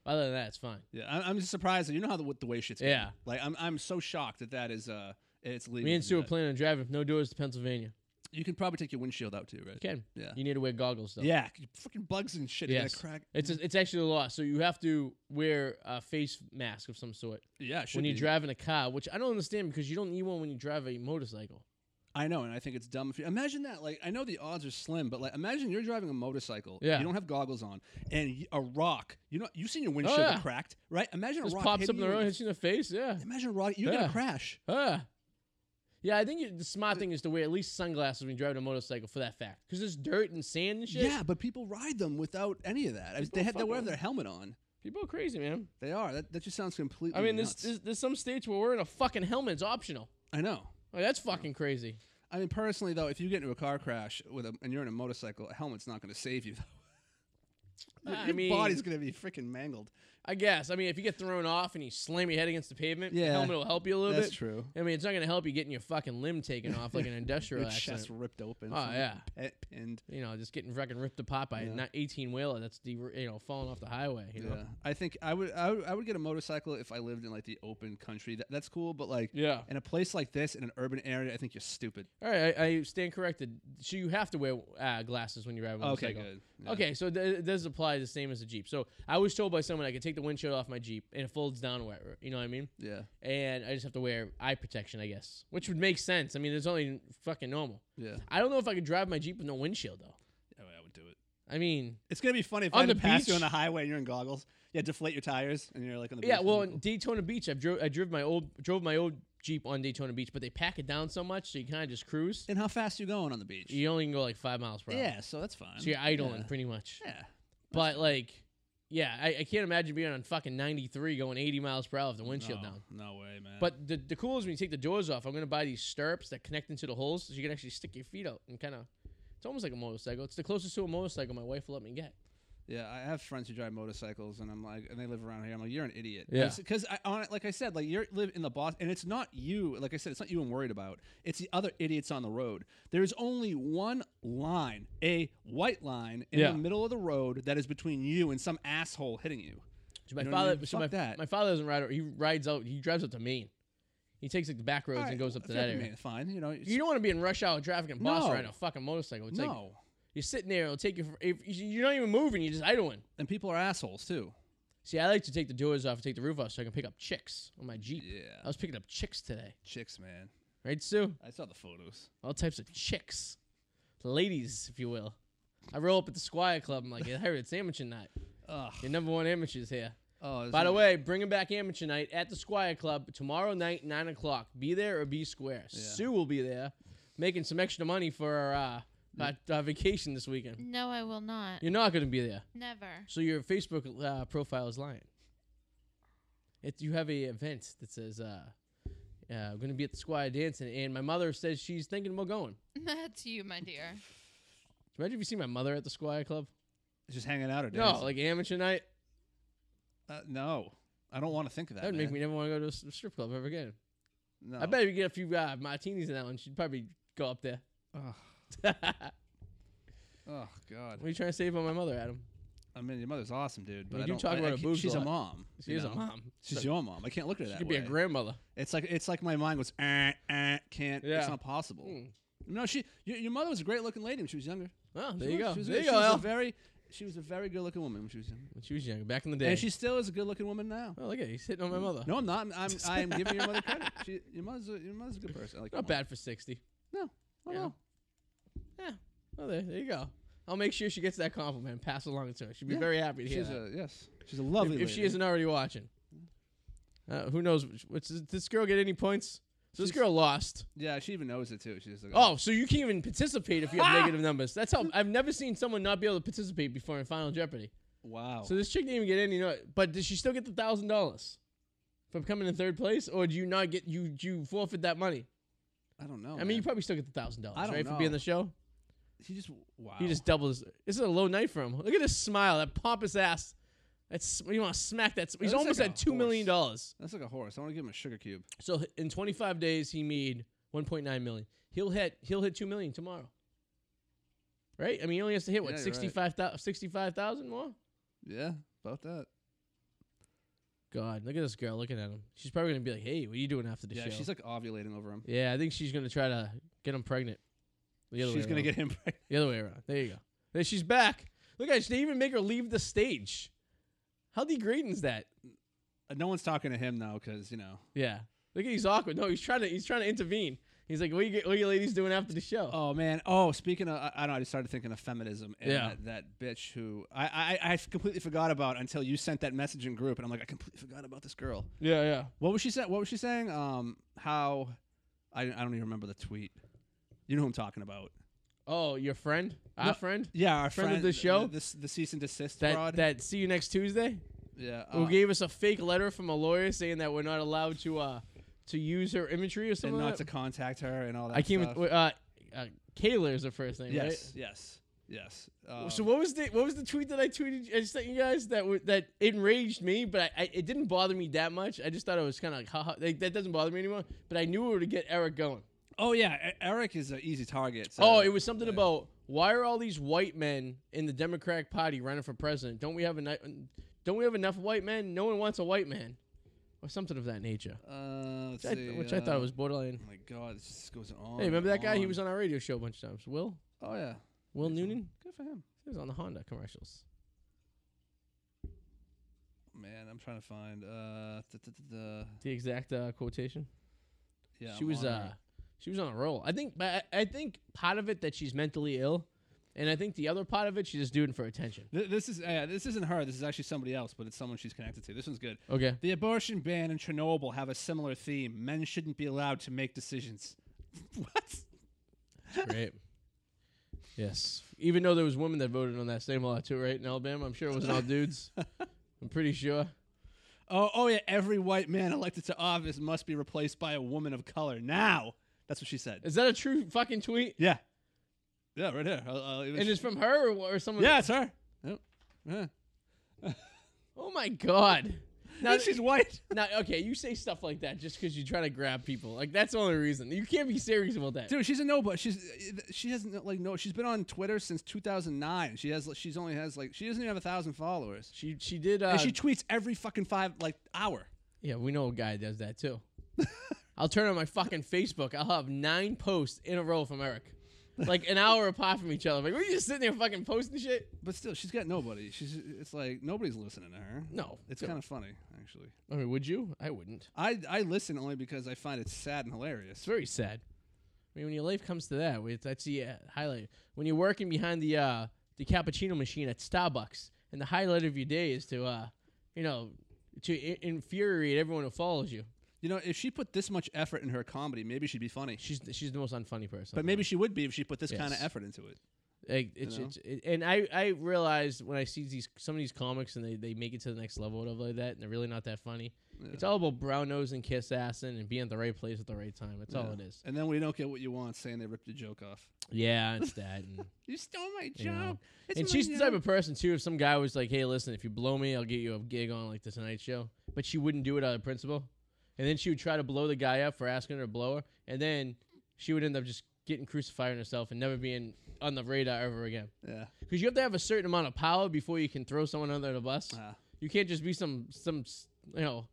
S1: Other than that, it's fine.
S2: Yeah, I'm, I'm just surprised. that You know how the, what the way shit's
S1: Yeah.
S2: getting. Like I'm, I'm so shocked that that is uh, it's legal.
S1: Me and
S2: to do
S1: Sue are
S2: that.
S1: planning on driving with no doors to Pennsylvania.
S2: You can probably take your windshield out too, right?
S1: You can.
S2: Yeah.
S1: You need to wear goggles though.
S2: Yeah, 'cause fucking bugs and shit. are gonna
S1: Yes.
S2: crack.
S1: It's a, it's actually a law, so you have to wear a face mask of some sort
S2: yeah. it Should
S1: when you're
S2: be.
S1: driving a car, which I don't understand because you don't need one when you drive a motorcycle.
S2: I know, and I think it's dumb. If you imagine that, like, I know the odds are slim, but like, imagine you're driving a motorcycle.
S1: Yeah.
S2: You don't have goggles on, and y- a rock. You know, you've seen your windshield
S1: Oh, yeah.
S2: cracked, right? Imagine a
S1: Just
S2: rock
S1: pops up
S2: hitting
S1: in the
S2: you
S1: road,
S2: in-
S1: hits you in the face. Yeah.
S2: Imagine a rock. You're
S1: Yeah.
S2: gonna crash.
S1: Ah. Yeah, I think you, the smart thing is to wear at least sunglasses when you're driving a motorcycle for that fact, because there's dirt and sand and shit.
S2: Yeah, but people ride them without any of that. I-
S1: People
S2: they have they wear
S1: fucking-
S2: their helmet on.
S1: People are crazy, man.
S2: They are. That, that just sounds completely.
S1: I mean, there's,
S2: nuts.
S1: there's, there's some states where wearing a fucking helmet's optional.
S2: I know.
S1: Like, that's fucking crazy.
S2: I mean, personally though, if you get into a car crash with a and you're in a motorcycle, a helmet's not going to save you. Though. Your-
S1: I
S2: your
S1: mean-
S2: body's going to be freaking mangled.
S1: I guess. I mean, if you get thrown off and you slam your head against the pavement, the
S2: Yeah.
S1: helmet will help you a little
S2: That's
S1: bit.
S2: true.
S1: I mean, it's not going to help you getting your fucking limb taken off like an industrial
S2: Your
S1: accident.
S2: chest ripped open.
S1: Oh,
S2: fucking
S1: yeah.
S2: pet pinned.
S1: You know, just getting fucking ripped apart by a
S2: Yeah.
S1: not 18 wheeler that's de- you know falling off the highway. You know.
S2: Yeah, I think I would, I would I would get a motorcycle if I lived in like the open country. That, that's cool, but like
S1: Yeah.
S2: in a place like this in an urban area, I think you're stupid.
S1: All right, I, I stand corrected. So you have to wear uh, glasses when you ride a motorcycle.
S2: Okay, good. Yeah.
S1: Okay, so th- it does apply the same as a Jeep. So I was told by someone I could take the windshield off my Jeep and it folds down. where- You know what I mean?
S2: Yeah,
S1: And I just have to wear eye protection, I guess, which would make sense. I mean, it's only fucking normal.
S2: yeah,
S1: I don't know if I could drive my Jeep with no windshield though.
S2: I, I would do it.
S1: I mean,
S2: It's gonna be funny if
S1: On
S2: I had
S1: the
S2: to pass you
S1: beach?
S2: on the highway and you're in goggles. Yeah, deflate your tires and you're like on the
S1: yeah.
S2: beach.
S1: Well, in Daytona Beach, I've drove I drove my old drove my old Jeep on Daytona Beach, but they pack it down so much, so you kind of just cruise.
S2: and how fast you going on the beach?
S1: You only can go like five miles per hour.
S2: Yeah, so that's fine.
S1: So you're idling
S2: Yeah.
S1: pretty much.
S2: Yeah.
S1: But like, yeah, I, I can't imagine being on fucking 93 going 80 miles per hour with the windshield
S2: no,
S1: down.
S2: No way, man.
S1: But the, the cool is when you take the doors off, I'm going to buy these stirrups that connect into the holes so you can actually stick your feet out and kind of. It's almost like a motorcycle. It's the closest to a motorcycle my wife will let me get.
S2: yeah, I have friends who drive motorcycles, and I'm like, and they live around here. I'm like, you're an idiot.
S1: Yeah.
S2: Because I, on it, like I said, like you're live in the Boston, and it's not you. Like I said, it's not you I'm worried about. It's the other idiots on the road. There's only one line, a white line in
S1: Yeah.
S2: the middle of the road that is between you and some asshole hitting you.
S1: So my
S2: You know what I
S1: father,
S2: mean?
S1: so
S2: Fuck
S1: my,
S2: that.
S1: my father doesn't ride. out- He rides out. He drives up to Maine. He takes like the back roads
S2: Alright,
S1: and goes up
S2: if
S1: to
S2: you're
S1: that
S2: up in
S1: area.
S2: Maine, Fine, you know. it's-
S1: You don't want to be in rush hour traffic in Boston
S2: No.
S1: riding a fucking motorcycle. It's
S2: no,
S1: like you're sitting there. It'll take you. For, if, you're not even moving. You're just idling.
S2: and people are assholes too.
S1: See, I like to take the doors off, and take the roof off, so I can pick up chicks on my Jeep. I
S2: Yeah,
S1: was picking up chicks today,
S2: chicks, man.
S1: right, Sue?
S2: I saw the photos.
S1: All types of chicks, ladies, if you will. I roll up at the Squire Club. I'm like, hey, it's amateur night.
S2: Ugh.
S1: Your number one amateurs here.
S2: Oh, there's
S1: By the
S2: no-
S1: way, bringing back Amateur Night at the Squire Club tomorrow night, nine o'clock. Be there or be square.
S2: Yeah.
S1: Sue will be there, making some extra money for our, uh,
S2: Mm.
S1: my, uh, vacation this weekend.
S3: No, I will not.
S1: You're not going to be there,
S3: Never.
S1: so your Facebook uh, profile is lying. It, you have a event that says uh, uh, I'm going to be at the Squire dancing, and my mother says she's thinking about going.
S3: That's you, my dear.
S1: Imagine if you see my mother at the Squire Club.
S2: just hanging out or
S1: No,
S2: dancing?
S1: like Amateur Night.
S2: uh, no. I don't want to think of that.
S1: That would make
S2: man.
S1: me never want to go to a s- strip club ever again.
S2: No.
S1: I bet if you get a few uh, martinis in that one, she'd probably go up there.
S2: Ugh.
S1: what are
S2: Oh God.
S1: you trying to save on my mother, Adam?
S2: I mean, your mother's awesome, dude. But
S1: We
S2: I
S1: do
S2: don't,
S1: talk
S2: I- I
S1: about her
S2: can't-
S1: boobs a
S2: She's a
S1: lot.
S2: mom.
S1: She
S2: you
S1: is
S2: know?
S1: a mom.
S2: She's
S1: So
S2: your mom. I can't look at her
S1: She
S2: that
S1: could
S2: way.
S1: be a grandmother.
S2: it's like it's like my mind goes. Eh, eh, can't.
S1: Yeah.
S2: It's not possible.
S1: Mm.
S2: No, she. Your, your mother was a great looking lady when she was younger.
S1: Oh,
S2: She
S1: there you
S2: was-
S1: go.
S2: She was,
S1: There
S2: she
S1: you go,
S2: was
S1: Al.
S2: a very. She was a very good looking woman when she was younger.
S1: When she was young, back in the day.
S2: And Mm. she still is a good looking woman now.
S1: oh, look at you, he's hitting on my mother.
S2: No, I'm not. I'm. I'm giving your mother credit. She, your mother's. A, your mother's a good person. I like your
S1: Not
S2: mom.
S1: bad for 60.
S2: Oh,
S1: yeah.
S2: no.
S1: Yeah. Oh, there, there you go. I'll make sure she gets that compliment. Pass it along to her. She'd be
S2: Yeah.
S1: very happy to hear
S2: She's
S1: that.
S2: a yes. She's a
S1: if,
S2: lovely.
S1: if she
S2: lady.
S1: isn't already watching. Uh, who knows? Which, which, did this girl get any points? So this
S2: She's-
S1: girl lost.
S2: Yeah, she even knows it too. She's like,
S1: Oh, so you can't even participate if you
S2: Ah!
S1: have negative numbers. That's how I've never seen someone not be able to participate before in Final Jeopardy.
S2: wow.
S1: So this chick didn't even get any, no, but did she still get the thousand dollars for coming in third place, or do you not get you do you forfeit that money?
S2: I don't know.
S1: I mean, you probably still get the thousand
S2: Oh, I
S1: dollars,
S2: don't
S1: right, for being on
S2: know.
S1: the show.
S2: he just wow.
S1: He just doubles. This is a low night for him. Look at his smile, that pompous ass. That's you want to smack that. s- He's
S2: looks
S1: almost
S2: like a
S1: at two million dollars.
S2: That's like a horse. I want to give him a sugar cube.
S1: So h- in 25 days, he made 1.9 million. He'll hit he'll hit two million tomorrow. Right? I mean, he only has to hit what
S2: Yeah, you're right.
S1: 65 65,000 more.
S2: Yeah, about that.
S1: God, look at this girl looking at him. She's probably gonna be like, "Hey, what are you doing after the
S2: yeah,
S1: show?"
S2: she's like ovulating over him.
S1: Yeah, I think she's gonna try to get him pregnant. The other
S2: She's
S1: way
S2: gonna
S1: around.
S2: get him. pregnant.
S1: the other way around. There you go. There, she's back. Look at they even make her leave the stage. How degrading is that?
S2: No one's talking to him now because you know.
S1: Yeah. Look at he's awkward. No, he's trying to he's trying to intervene. He's like, "What are you, what are you ladies doing after the show?"
S2: Oh man. Oh, speaking of, I, I don't know. I just started thinking of feminism. And
S1: Yeah.
S2: That, that bitch who I, I I completely forgot about until you sent that message in group, and I'm like, I completely forgot about this girl.
S1: Yeah, yeah.
S2: What was she saying? What was she saying? Um, how I I don't even remember the tweet. You know who I'm talking about.
S1: Oh, your friend, our
S2: No.
S1: friend,
S2: Yeah, our
S1: Friend of the show?
S2: the, the, cease and desist
S1: that
S2: fraud.
S1: that see you next Tuesday,
S2: yeah,
S1: who
S2: uh,
S1: gave us a fake letter from a lawyer saying that we're not allowed to uh to use her imagery or
S2: and
S1: something.
S2: not
S1: like
S2: to
S1: that.
S2: contact her and all that.
S1: I can't.
S2: stuff.
S1: Even, uh, uh, Kayla is her first name, right?
S2: yes, yes, yes, Um,
S1: so what was the what was the tweet that I tweeted? I sent you guys that were, that enraged me, but I, I it didn't bother me that much. I just thought it was kind of like, haha, like that doesn't bother me anymore. But I knew it would get Eric going.
S2: Oh yeah, E- Eric is an easy target. so-
S1: oh, it was something
S2: yeah.
S1: about why are all these white men in the Democratic Party running for president? Don't we have enough? Don't we have enough white men? No one wants a white man, or something of that nature.
S2: Uh, let's
S1: Which, I,
S2: see,
S1: which I thought
S2: uh,
S1: was borderline.
S2: Oh my god, this just goes on.
S1: Hey, remember that guy? He was
S2: On.
S1: on our radio show a bunch of times. Will
S2: Oh yeah,
S1: Will
S2: Good for him.
S1: Noonan?
S2: Good for him,
S1: He was on the Honda commercials.
S2: man. I'm trying to find. Uh, th- th- th- the
S1: The exact uh, quotation.
S2: yeah,
S1: she
S2: I'm
S1: was
S2: on
S1: uh
S2: her.
S1: she was on a roll. I think but I, I think part of it that she's mentally ill and I think the other part of it she's just doing it for attention.
S2: Th- This is uh, this isn't her. This is actually somebody else, but it's someone she's connected to. This one's good.
S1: Okay.
S2: The abortion ban in Chernobyl have a similar theme. Men shouldn't be allowed to make decisions. what?
S1: Great. yes. Even though there was women that voted on that same law too, right? In Alabama, I'm sure it wasn't all dudes. I'm pretty sure.
S2: Oh, oh yeah. Every white man elected to office must be replaced by a woman of color. Now, that's what she said.
S1: Is that a true fucking tweet?
S2: Yeah, yeah, right here. Uh, uh, it was-
S1: And it's from her or, or someone
S2: yeah, it's her. Yep. Yeah.
S1: Oh my god. Now,
S2: and she's white.
S1: now, okay, you say stuff like that just because you're trying to grab people. Like that's the only reason. You can't be serious about that.
S2: Dude, she's a nobody. She's she hasn't like no. She's been on Twitter since 2009. She has she's only has like she doesn't even have a thousand followers.
S1: She she did. Uh,
S2: and she tweets every fucking five like hour.
S1: yeah, we know a guy does that too. I'll turn on my fucking Facebook. I'll have nine posts in a row from Eric, like an hour apart from each other. Like we just sitting there fucking posting shit.
S2: But still, she's got nobody. She's it's like nobody's listening to her.
S1: No,
S2: It's
S1: no.
S2: kind of funny actually.
S1: I mean, would you? I wouldn't.
S2: I I listen only because I find it sad and hilarious.
S1: It's very sad. I mean, when your life comes to that, we- that's the uh, highlight. When you're working behind the uh, the cappuccino machine at Starbucks, and the highlight of your day is to, uh, you know, to I- infuriate everyone who follows you.
S2: You know, if she put this much effort in her comedy, maybe she'd be funny.
S1: She's she's the most unfunny person.
S2: But maybe she would be if she put this kind of
S1: Yes.
S2: effort into it.
S1: Like, it's,
S2: know?
S1: it's, it, and I I realize when I see these some of these comics and they, they make it to the next level or whatever like that, and they're really not that funny. It's all about brown nose and kiss assing and being at the right place at the right time. That's all
S2: Yeah.
S1: it is.
S2: And then we don't get what you want, saying they ripped your joke off.
S1: Yeah, it's that. And,
S2: You stole my joke.
S1: You know.
S2: It's
S1: and
S2: my
S1: she's the type
S2: joke.
S1: of person too. If some guy was like, "Hey, listen, if you blow me, I'll get you a gig on like the Tonight Show," but she wouldn't do it out of principle, and then she would try to blow the guy up for asking her to blow her, and then she would end up just getting crucified on herself and never being on the radar ever again.
S2: yeah.
S1: Because you have to have a certain amount of power before you can throw someone under the bus.
S2: Ah.
S1: You can't just be some some s- you know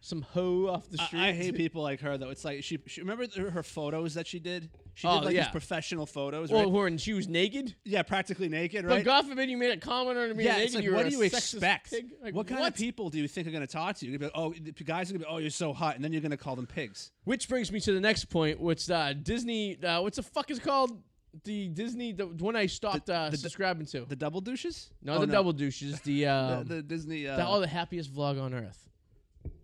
S1: some hoe off the
S2: I-
S1: street.
S2: I, hate people like her though. It's like she, she remember th- her photos that she did. She
S1: Oh,
S2: did like
S1: yeah.
S2: these professional photos,
S1: Well,
S2: right?
S1: who are- and she was naked.
S2: yeah, practically naked,
S1: But
S2: right?
S1: God forbid you made a comment on me
S2: yeah,
S1: naked.
S2: it's like
S1: you were
S2: what
S1: a
S2: do you
S1: sexist
S2: expect?
S1: pig. Like,
S2: what kind
S1: what?
S2: of people do you think are going to talk to you? You're gonna be like, oh, the p- guys are going to be, oh, you're so hot, and then you're going to call them pigs.
S1: Which brings me to the next point, which uh, Disney, uh, what's the fuck is it called the Disney, the one I stopped uh,
S2: the-
S1: subscribing to.
S2: The double douches?
S1: no,
S2: Oh,
S1: the double douches, the,
S2: The,
S1: um,
S2: the Disney, uh,
S1: the- oh, the happiest vlog on earth.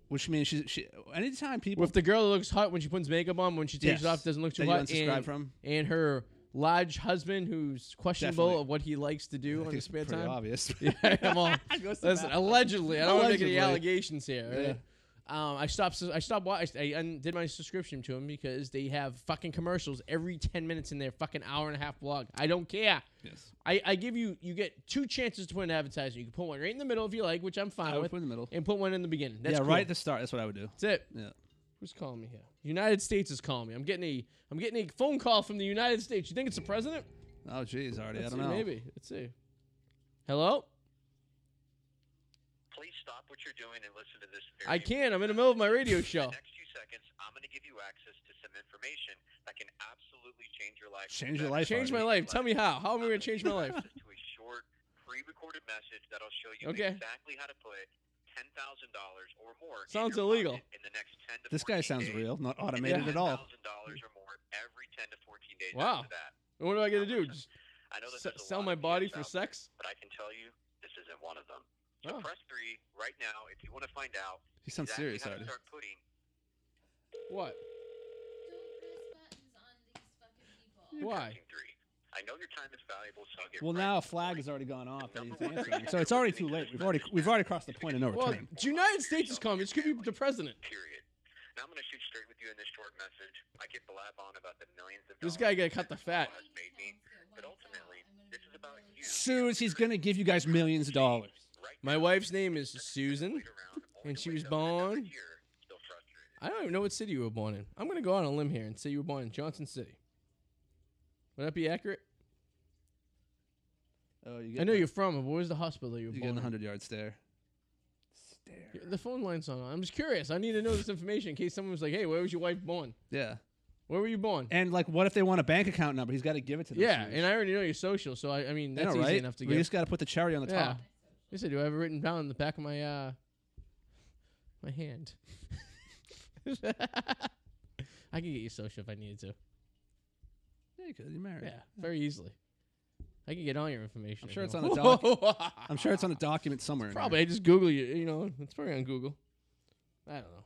S2: which means she, she anytime people,
S1: With the girl that looks hot when she puts makeup on, when she
S2: Yes.
S1: takes it off, doesn't look too
S2: That you unsubscribe
S1: hot. and,
S2: from?
S1: and her large husband, who's questionable
S2: Definitely.
S1: of what he likes to do
S2: I
S1: on
S2: think
S1: his
S2: it's
S1: spare
S2: pretty
S1: time.
S2: obvious.
S1: Yeah, I'm all-
S2: Goes to
S1: listen,
S2: bat.
S1: allegedly, I don't want to make any
S2: Allegedly.
S1: allegations here. right? Um, I stopped. I stopped. Watch, I undid my subscription to them because they have fucking commercials every ten minutes in their fucking hour and a half blog. I don't care.
S2: Yes.
S1: I, I give you. You get two chances to put an advertisement. You can put one right in the middle if you like, which I'm fine
S2: I would
S1: with,
S2: put in the middle.
S1: and put one in the beginning. That's
S2: yeah,
S1: cool.
S2: right at the start. That's what I would do.
S1: That's it.
S2: Yeah.
S1: Who's calling me here? United States is calling me. I'm getting a. I'm getting a phone call from the United States. You think it's the president?
S2: Oh, geez, already. I
S1: Let's
S2: don't
S1: see,
S2: know.
S1: Maybe. Let's see. Hello.
S5: Please stop what you're doing and listen to this. Very
S1: I can. I'm in the middle of my radio show.
S5: In the next few seconds, I'm going to give you access to some information that can absolutely change your life.
S2: Change your life
S1: Change my life. Tell me how. How am I going to change my life?
S5: Access to a short, pre-recorded message that'll show you
S1: Okay.
S5: exactly how to put ten thousand dollars or more. in
S1: Sounds
S5: your
S1: illegal.
S5: pocket In the next ten to
S2: This guy
S5: 14
S2: sounds
S5: days,
S2: real, not
S5: and
S2: automated
S1: Yeah.
S2: at all.
S5: $10,000 or more every ten to fourteen days.
S1: Wow.
S5: After that.
S1: What do I got to do? Just
S5: I know this
S1: se-
S5: is a
S1: sell my
S5: lot of BS
S1: body for
S5: out
S1: sex?
S5: but I can tell you this isn't one of them. So
S1: Oh.
S5: press three right now if you want to find out
S2: He sounds
S5: exactly
S2: serious
S5: how to
S2: already.
S5: start putting
S1: What? Why?
S5: pressing three. I know your time is valuable, so I'll get
S2: Well,
S5: right
S2: now a
S5: to the
S2: flag
S5: point.
S2: has already gone off. That
S5: Number
S2: he's
S5: one,
S2: answering.
S5: you're
S2: So it's
S5: not
S2: already
S5: gonna
S2: too late. We've
S5: make this
S2: already
S5: message
S2: we've
S5: now.
S2: already crossed the point of no
S1: Well,
S2: return.
S1: the United States is coming. This could be the president.
S5: Period. Now I'm going to shoot straight with you in this short message. I could blab on about the millions of
S1: This guy
S5: dollars.
S1: got to cut the
S5: that
S1: fat.
S5: has made me, but ultimately, this is about you.
S2: Soon he's gonna give you guys millions of dollars.
S5: Right
S1: My
S5: now,
S1: wife's name is
S5: let's
S1: Susan.
S5: wait around only
S1: and
S5: to
S1: she
S5: wake
S1: was
S5: up in another
S1: born-
S5: year still frustrated.
S1: I don't even know what city you were born in. I'm going to go out on a limb here and say you were born in Johnson City. Would that be accurate?
S2: Oh, you
S1: I know you're from, but where's the hospital you were
S2: you
S1: born
S2: getting a
S1: in?
S2: hundred yard stare. Stare.
S1: The phone line's on. I'm just curious. I need to know this information in case someone was like, hey, where was your wife born?
S2: Yeah.
S1: Where were you born?
S2: And like, what if they want a bank account number? He's got to give it to them.
S1: yeah,
S2: soon.
S1: and I already know your social, so I, I mean,
S2: I know,
S1: that's easy
S2: right?
S1: enough to
S2: We
S1: get.
S2: just got to put the cherry on the
S1: Yeah.
S2: top.
S1: I said, do I have it written down in the back of my uh my hand? I can get you social if I needed to.
S2: Yeah, you could. You're married.
S1: Yeah, very easily. I can get all your information.
S2: I'm
S1: if
S2: sure
S1: you
S2: it's
S1: want.
S2: on a doc- I'm sure it's on a document somewhere. in here.
S1: Probably. I just Google you. You know, it's probably on Google. I don't know.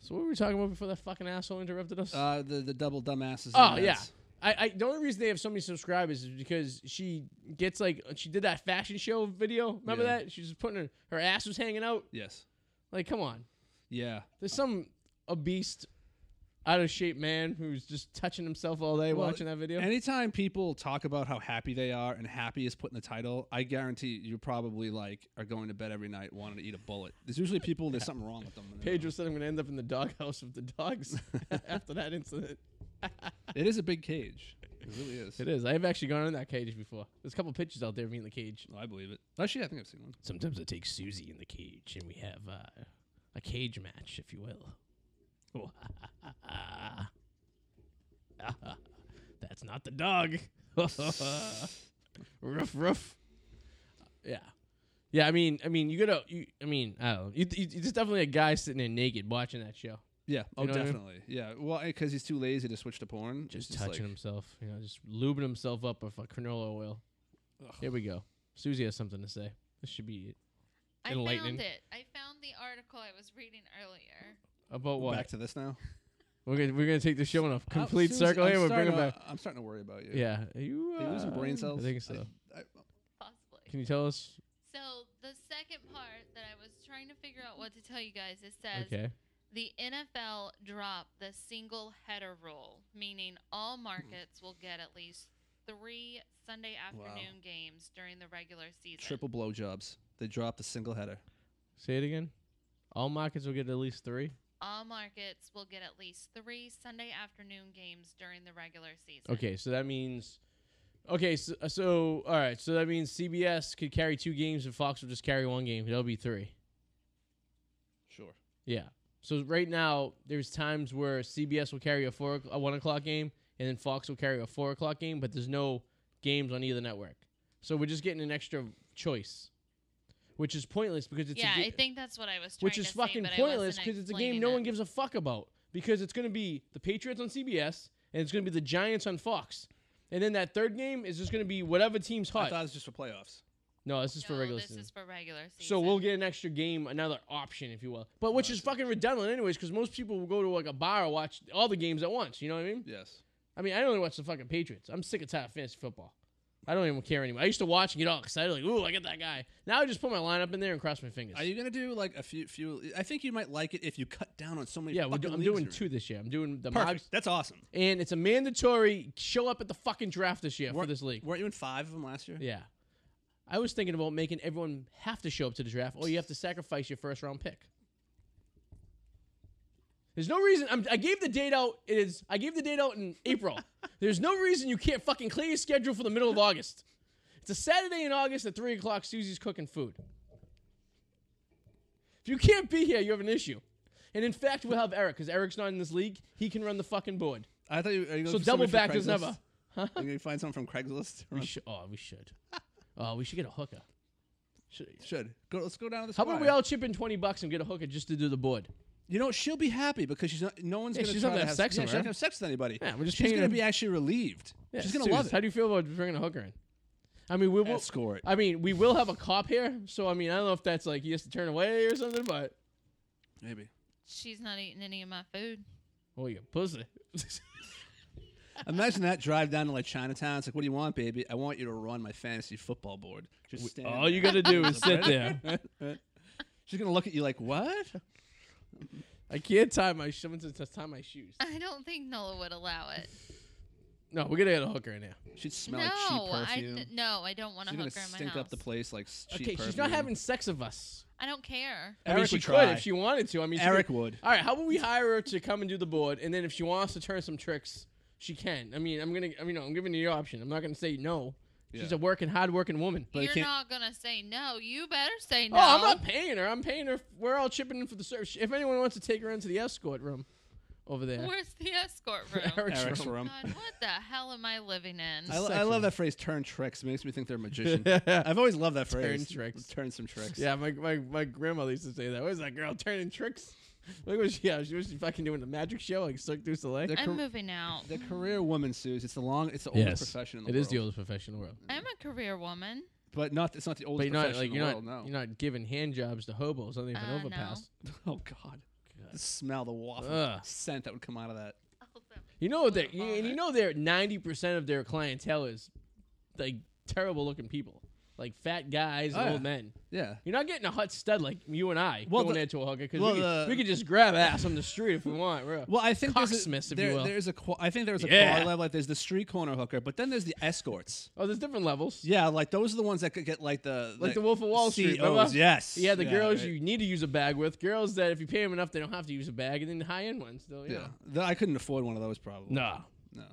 S1: So what were we talking about before that fucking asshole interrupted us?
S2: Uh, the the double dumbasses.
S1: Oh yeah. I, I the only reason they have so many subscribers is because she gets like she did that fashion show video. Remember
S2: Yeah.
S1: that? She was putting her her ass was hanging out.
S2: Yes.
S1: Like, come on.
S2: Yeah.
S1: There's some obese out of shape man who's just touching himself all day
S2: Well,
S1: watching that video.
S2: Anytime people talk about how happy they are and happy is put in the title, I guarantee you probably like are going to bed every night wanting to eat a bullet. There's usually people there's something wrong with them. when they're-
S1: Pedro said I'm going to end up in the doghouse with the dogs after that incident.
S2: It is a big cage. It really is.
S1: It is. I have actually gone in that cage before. There's a couple pictures out there of me in the cage.
S2: Oh, I believe it. Actually, I think I've seen one.
S1: Sometimes I take Susie in the cage and we have uh, a cage match, if you will. That's not the dog. Uh, ruff ruff. Yeah. Yeah, I mean, I mean, you gotta, you, I mean, I don't know. You, you, there's definitely a guy sitting there naked watching that show,
S2: Yeah. Oh,
S1: know what I mean?
S2: definitely. Yeah. Well, because he's too lazy to switch to porn.
S1: just,
S2: It's
S1: touching
S2: like-
S1: himself, you know, just lubing himself up with a canola oil.
S2: Ugh.
S1: Here we go. Susie has something to say. This should be it.
S3: I
S1: Enlightening.
S3: found it. I found the article I was reading earlier.
S1: About what?
S2: Back to this now.
S1: We're gonna we're gonna take the show in a complete
S2: I'm-
S1: circle
S2: I'm
S1: here. We're
S2: starting
S1: bringing
S2: to-
S1: back.
S2: I'm starting to worry about you.
S1: Yeah, Are you,
S2: Are you losing
S1: uh,
S2: brain cells?
S1: I think so.
S2: I-
S3: Possibly.
S1: Can you tell us?
S3: So the second part that I was trying to figure out what to tell you guys it says
S1: Okay.
S3: the NFL dropped the single header rule, meaning all markets will get at least three Sunday
S2: Wow.
S3: afternoon games during the regular season.
S2: triple blowjobs. They dropped a single header.
S1: Say it again. All markets will get at least three.
S3: All markets will get at least three Sunday afternoon games during the regular season.
S1: Okay, so that means. Okay, so, uh, so all right, so that means CBS could carry two games and Fox will just carry one game. That'll be three.
S2: Sure.
S1: Yeah. So right now, there's times where CBS will carry a four, o'clock- a one o'clock game, and then Fox will carry a four o'clock game, but there's no games on either network. So we're just getting an extra choice, which is pointless because it's
S3: yeah,
S1: a ga-
S3: I think that's what I was trying
S1: which
S3: to
S1: is
S3: say,
S1: fucking
S3: but I
S1: pointless
S3: wasn't
S1: because it's a game no
S3: explaining
S1: one
S3: it.
S1: gives a fuck about because it's going to be the Patriots on CBS and it's going to be the Giants on Fox. And then that third game is just going to be whatever team's
S2: I
S1: hot.
S2: thought it was just for playoffs.
S1: no, this is for
S3: No,
S1: regular
S3: this
S1: season.
S3: is for regular season.
S1: So we'll get an extra game, another option, if you will. But which is fucking redundant, anyways, because most people will go to like a bar and watch all the games at once. You know what I mean?
S2: Yes.
S1: I mean, I only watch the fucking Patriots. I'm sick and tired of fantasy football. I don't even care anymore. I used to watch and get all excited, like, ooh, I get that guy. Now I just put my lineup in there and cross my fingers.
S2: Are you gonna do like a few? Few. I think you might like it if you cut down on so many.
S1: yeah, we're do-
S2: fucking
S1: I'm
S2: leagues
S1: doing
S2: you're
S1: two
S2: in.
S1: this year. I'm doing the
S2: Perfect.
S1: Mogs,
S2: That's awesome.
S1: and it's a mandatory show up at the fucking draft this year for
S2: Weren't-
S1: this league.
S2: Weren't you in five of them last year?
S1: Yeah. I was thinking about making everyone have to show up to the draft, or you have to sacrifice your first round pick. There's no reason. I'm, I gave the date out. It is. I gave the date out in April. There's no reason you can't fucking clear your schedule for the middle of August. It's a Saturday in August at three o'clock. Susie's cooking food. If you can't be here, you have an issue. And in fact, we'll have Eric because Eric's not in this league. He can run the fucking board.
S2: I thought you. Are you
S1: So double back is never.
S2: Are you gonna find someone from Craigslist?
S1: We should. Oh, we should. Oh, we should get a hooker. Should,
S2: Should go. Let's go down to the.
S1: How about
S2: squire.
S1: we all chip in twenty bucks and get a hooker just to do the board?
S2: You know, she'll be happy because she's not. No one's
S1: Yeah,
S2: gonna.
S1: she's not
S2: try
S1: gonna
S2: to
S1: have sex
S2: Yeah,
S1: with
S2: she's
S1: her.
S2: not gonna have sex with anybody.
S1: Yeah, we're just
S2: She's
S1: paying
S2: gonna
S1: her-
S2: be actually relieved.
S1: Yeah,
S2: she's gonna
S1: serious.
S2: love it.
S1: How do you feel about bringing a hooker in? I mean, we will
S2: Escort.
S1: I mean, we will have a cop here, so I mean, I don't know if that's like he has to turn away or something, but
S2: Maybe.
S3: She's not eating any of my food.
S1: oh, you pussy.
S2: Imagine that drive down to like Chinatown. It's like, what do you want, baby? I want you to run my fantasy football board. Just stand
S1: all oh, you
S2: there.
S1: gotta do is sit there.
S2: She's gonna look at you like, what?
S1: I can't tie my someone said to tie my shoes.
S3: I don't think Nola would allow it.
S1: No, we're gonna get a hooker in here.
S2: She'd smell
S3: no,
S2: like cheap
S3: I
S2: perfume.
S3: d- no, I don't want a
S2: she's gonna
S3: hooker in my
S2: stink
S3: house.
S2: up the place like s- cheap
S1: Okay,
S2: perfume.
S1: she's not having sex with us.
S3: I don't care.
S1: I mean,
S2: Eric
S1: she
S2: would
S1: could
S2: try.
S1: if she wanted to. I mean, she
S2: Eric
S1: could-
S2: would.
S1: All right, how about we hire her to come and do the board, and then if she wants to turn some tricks, she can. I mean, I'm gonna. I mean, I'm giving you the option. I'm not gonna say no. She's
S2: Yeah.
S1: a working, hard-working woman.
S2: But I
S3: You're
S2: can't-
S3: not gonna say no. You better say no.
S1: Oh, I'm not paying her. I'm paying her. We're all chipping in for the service. If anyone wants to take her into the escort room over there,
S3: Where's the escort room?
S1: Eric's
S2: Eric's
S1: room.
S2: room.
S3: Oh, God, what the hell am I living in?
S2: I, lo- I
S1: Sex room.
S2: love that phrase, turn tricks. It makes me think they're a magician. I've always loved that phrase.
S1: tricks.
S2: Turn some tricks.
S1: Yeah, my, my my grandmother used to say that. Where's that girl turning tricks? Look what she yeah, she was she fucking doing the magic show like Cirque du Soleil.
S2: The,
S3: I'm
S2: car-
S3: moving out.
S2: the career woman, Suze. It's the long. It's the oldest profession in the
S1: it
S2: world.
S1: is the oldest profession in the world.
S3: I'm a career woman.
S2: But not. It's not the
S1: But
S2: oldest
S1: you're not
S2: profession
S1: like
S2: in
S1: you're
S2: the
S1: not
S2: world. no.
S1: you're not giving hand jobs to hobos on the
S3: Uh,
S1: an
S3: no.
S1: overpass.
S2: oh God. The smell, the waffle
S1: Ugh.
S2: scent that would come out of that.
S1: You know what they
S3: Wouldn't bother.
S1: and you know they're ninety percent of their clientele is like terrible looking people. like fat guys and
S2: Oh,
S1: old
S2: yeah.
S1: men.
S2: Yeah.
S1: You're not getting a hot stud like you and I
S2: Well,
S1: going
S2: the-
S1: into a hooker because
S2: well,
S1: we, could-
S2: the-
S1: we could just grab ass on the street if we want. Bro.
S2: Well, I think there's a,
S1: Cocksmiths, if you
S2: there-
S1: will.
S2: there's a qua- I think there's a
S1: Yeah.
S2: quality level. Like there's the street corner hooker, but then there's the escorts.
S1: oh, there's different levels.
S2: Yeah, like those are the ones that could get like the
S1: Like the Wolf of Wall Street, remember?
S2: COs, Yes.
S1: Yeah, the girls
S2: right.
S1: you need to use a bag with, girls that if you pay them enough, they don't have to use a bag, and then high end ones. Though, you
S2: Yeah.
S1: know.
S2: Th- I couldn't afford one of those probably.
S1: No.
S2: No.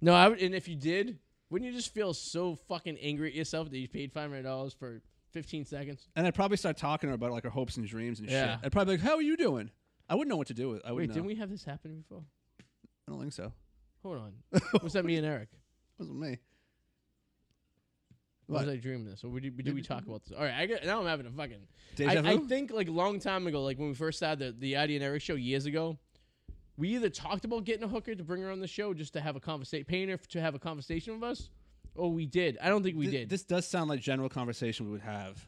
S1: No, I would, and if you did, wouldn't you just feel so fucking angry at yourself that you paid five hundred dollars for fifteen seconds?
S2: And I'd probably start talking to her about like her hopes and dreams and
S1: Yeah.
S2: shit. I'd probably be like, "How are you doing?" I wouldn't know what to do with. I
S1: Wait,
S2: wouldn't know.
S1: didn't we have this happen before?
S2: I don't think so.
S1: Hold on. Was that me and Eric?
S2: wasn't me.
S1: Or Was
S2: What?
S1: I dreaming this? Or did, did we talk about this? All right, I got, now I'm having a fucking. I,
S2: Deja
S1: I
S2: vu?
S1: think like a long time ago, like when we first started the the ID and Eric show years ago, we either talked about getting a hooker to bring her on the show just to have a conversation, paying her f- to have a conversation with us, or we did. I don't think we
S2: Th-
S1: did.
S2: This does sound like general conversation we would have.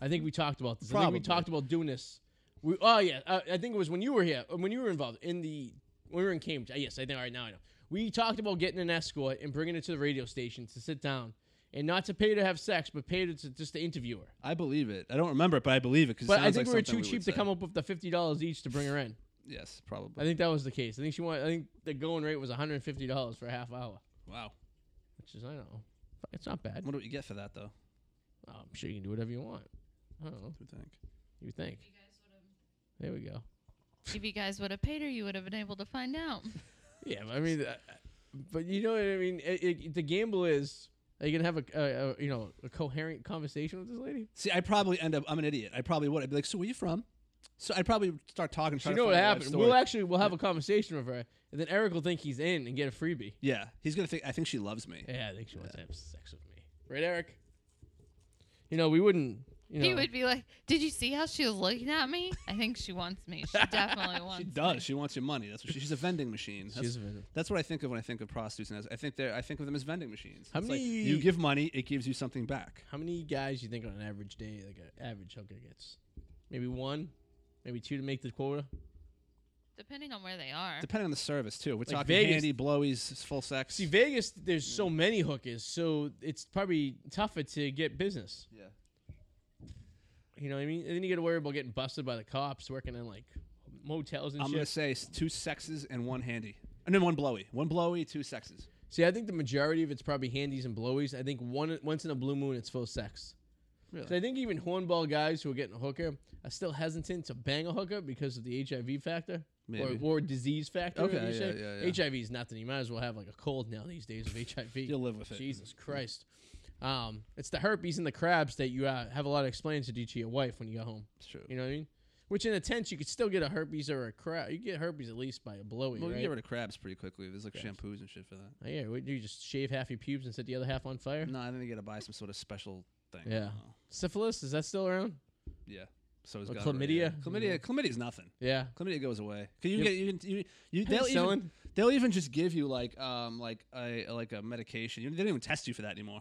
S1: I think we talked about this. I
S2: Probably.
S1: think we talked about doing this. We oh yeah, uh, I think it was when you were here, uh, when you were involved in the when we were in Cambridge. Uh, yes, I think. All right, now I know. We talked about getting an escort and bringing her to the radio station to sit down and not to pay to have sex, but pay to, to just to interview her.
S2: I believe it. I don't remember it, but I believe it because.
S1: But I think we were too cheap to come up with the fifty dollars each to bring her in.
S2: Yes,
S1: I
S2: probably.
S1: think that was the case. I think she wanted. I think the going rate was one hundred and fifty dollars for a half hour,
S2: wow.
S1: which is I don't know. It's not bad.
S2: I wonder what you get for that though.
S1: Oh, I'm sure you can do whatever you want. I don't know.
S2: I would think.
S1: You think?
S3: If you guys would've-
S1: There we go.
S3: If you guys would have paid her, you would have been able to find out.
S1: Yeah, but I mean, uh, but you know what I mean. It, it, the gamble is are you gonna have a, a, a you know a coherent conversation with this lady?
S2: See, I probably end up. I'm an idiot. I probably would. I'd be like, "So where you from?" So I'd probably start talking.
S1: So
S2: trying to
S1: you know what
S2: find out
S1: happened?
S2: the
S1: We'll
S2: story-
S1: actually we'll have a conversation with her, and then Eric will think he's in and get a freebie.
S2: yeah, he's gonna think. I think she loves me.
S1: Yeah, I think she wants to have sex with me, right, Eric? You know we wouldn't. You know,
S3: He would be like, "Did you see how she was looking at me? I think she wants me. She definitely wants."
S2: She
S3: me."
S2: does. She wants your money. That's what she, she's a vending machine. That's,
S1: She's a vending-
S2: that's what I think of when I think of prostitutes. And as- I think they're. I think of them as vending machines.
S1: How
S2: It's like,
S1: many-
S2: you give money, it gives you something back.
S1: How many guys you think on an average day, like an average hooker gets? Maybe one, maybe two to make the quota.
S3: Depending on where they are.
S2: Depending on the service too. We're
S1: Like
S2: talking
S1: Vegas-
S2: handy blowies, full sex.
S1: See, Vegas, there's so many hookers, so it's probably tougher to get business.
S2: yeah.
S1: You know what I mean? And then you got to worry about getting busted by the cops working in like motels and
S2: I'm
S1: shit.
S2: gonna say s- two sexes and one handy, and then one blowy. One blowy, two sexes.
S1: See, I think the majority of it's probably handies and blowies. I think one once in a blue moon, it's full sex.
S2: Really?
S1: So I think even hornball guys who are getting a hooker are still hesitant to bang a hooker because of the HIV factor
S2: Maybe.
S1: or or disease factor.
S2: Okay,
S1: you say.
S2: yeah, yeah, yeah.
S1: HIV is nothing. You might as well have like a cold now these days of HIV.
S2: You'll live with it.
S1: Jesus Christ. Um, it's the herpes and the crabs that you uh, have a lot of explaining to do to your wife when you go home.
S2: It's true.
S1: You know what I mean? Which in a tent you could still get a herpes or a crab. You get herpes at least by a blowy,
S2: well,
S1: right?
S2: you get rid of crabs pretty quickly. There's like
S1: Crabs.
S2: shampoos and shit for that.
S1: Oh, yeah, what, you just shave half your pubes and set the other half on fire.
S2: No, I think you gotta buy some sort of special thing. I
S1: Yeah.
S2: don't know.
S1: Syphilis is that still around?
S2: Yeah. So is
S1: Or
S2: gonorrhea.
S1: chlamydia. Mm-hmm.
S2: Chlamydia. Chlamydia's nothing.
S1: Yeah.
S2: Chlamydia goes away. Can you
S1: Yep.
S2: get you, can- you, you
S1: They'll
S2: they'll even
S1: selling.
S2: they'll even just give you like um like a like a medication. You, they don't even test you for that anymore.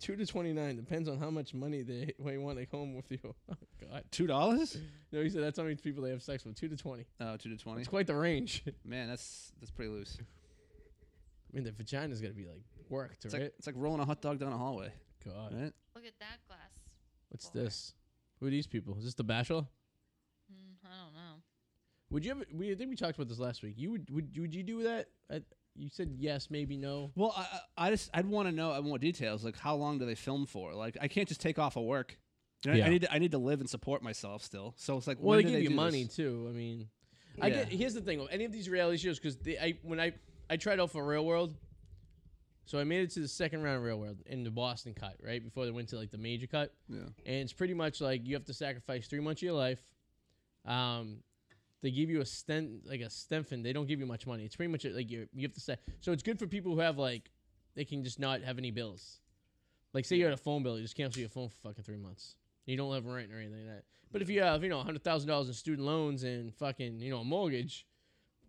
S1: Two to twenty nine depends on how much money they they want to home with you. Oh God!
S2: Two dollars?
S1: No, he said that's how many people they have sex with. Two to twenty.
S2: Oh, two to twenty.
S1: It's quite the range. I
S2: Man, that's that's pretty loose.
S1: mean, the vagina's gonna be like worked,
S2: It's
S1: right?
S2: like it's like rolling a hot dog down a hallway.
S1: God,
S2: Right?
S3: Look at that glass.
S1: what's this? Who are these people? Is this the Bachelor?
S3: Mm, I don't know.
S1: Would you ever? We I think we talked about this last week. You would would would you do that? I, you said yes, maybe no.
S2: Well, I I I just I'd want to know more details. Like how long do they film for? Like I can't just take off of work. You know,
S1: Yeah.
S2: I need to, I need to live and support myself still. So it's like
S1: Well,
S2: when
S1: they
S2: do
S1: give you
S2: do
S1: money
S2: this?
S1: too. I mean, I
S2: Yeah.
S1: get. Here's the thing: with any of these reality shows, because I when I I tried out for Real World, so I made it to the second round of Real World in the Boston cut, right before they went to like the major cut,
S2: Yeah.
S1: and it's pretty much like you have to sacrifice three months of your life. Um, they give you a stent like a stenfin. They don't give you much money. It's pretty much like you you have to say. So it's good for people who have like they can just not have any bills. Like say you had a phone bill, you just cancel your phone for fucking three months. You don't have rent or anything like that. But if you have you know hundred thousand dollars in student loans and fucking you know a mortgage,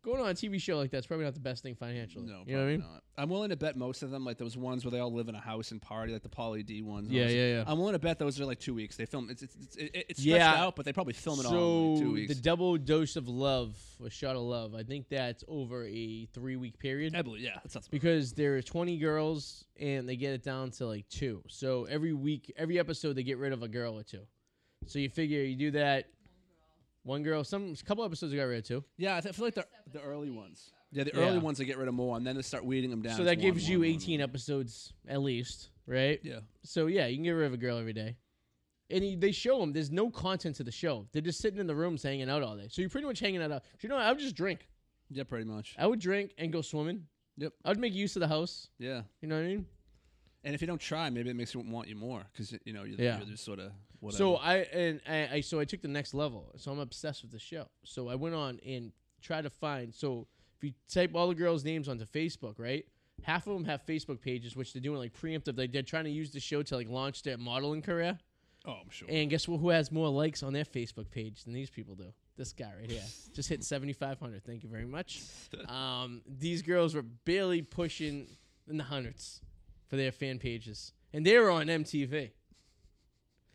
S1: going on a TV show like that's probably not the best thing financially.
S2: No,
S1: you know what I mean?
S2: not. I'm willing to bet most of them, like those ones where they all live in a house and party, like the Polly D ones. and all
S1: Yeah,
S2: this-
S1: yeah, yeah.
S2: I'm willing to bet those are like two weeks. They film it's it's it's, it- it's stretched
S1: Yeah.
S2: out, but they probably film it
S1: so
S2: all in like two weeks.
S1: the double dose of love, a shot of love. I think that's over a three week period.
S2: I believe- yeah, that sounds because
S1: because there are 20 girls and they get it down to like two. So every week, every episode, they get rid of a girl or two. So you figure you do that. One girl, some a couple episodes they got rid of two.
S2: yeah. I th- I feel like the the early ones. Yeah, the
S1: Yeah.
S2: early ones they get rid of more, and then they start weeding them down.
S1: so
S2: It's
S1: that
S2: one,
S1: gives
S2: one,
S1: you
S2: one,
S1: 18
S2: one.
S1: episodes at least, right?
S2: Yeah,
S1: So yeah, you can get rid of a girl every day. And he, they show them. There's no content to the show. They're just sitting in the rooms hanging out all day. So you're pretty much hanging out. You know, what? I would just drink.
S2: yeah, pretty much.
S1: I would drink and go swimming.
S2: Yep.
S1: I would make use of the house.
S2: Yeah,
S1: You know what I mean?
S2: and if you don't try, maybe it makes you want you more because you know you're,
S1: Yeah.
S2: you're just sort of whatever.
S1: So uh, I and I, I so I took the next level. So I'm obsessed with the show. So I went on and tried to find. So if you type all the girls' names onto Facebook, right? Half of them have Facebook pages, which they're doing like preemptive. Like they're trying to use the show to like launch their modeling career.
S2: oh, I'm sure.
S1: And guess what? Who has more likes on their Facebook page than these people do? This guy right here just hit 7,500. Thank you very much. Um, these girls were barely pushing in the hundreds for their fan pages, and they were on MTV.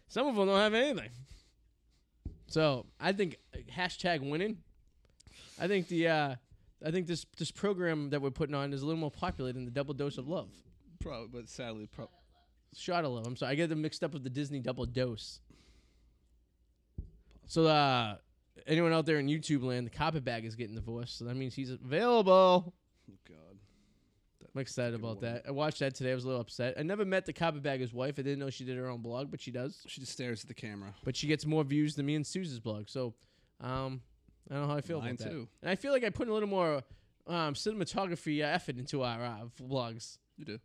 S1: Some of them don't have anything. So I think uh, hashtag winning. I think the uh, I think this this program that we're putting on is a little more popular than the double dose of love.
S2: Probably, but sadly, oh, probably.
S1: Shot of Love. I'm sorry, I get them mixed up with the Disney Double Dose. So, uh, anyone out there in YouTube land, the Copyback is getting divorced, so that means he's available.
S2: Oh God.
S1: I'm excited
S2: Good
S1: about
S2: one.
S1: that. I watched that today. I was a little upset. I never met the Copybagger's wife. I didn't know she did her own blog, but she does.
S2: She just stares at the camera.
S1: But she gets more views than me and Suze's blog. So, um, I don't know how I feel
S2: Mine
S1: about that.
S2: too.
S1: And I feel like I put a little more um, cinematography uh, effort into our uh, vlogs.
S2: You do.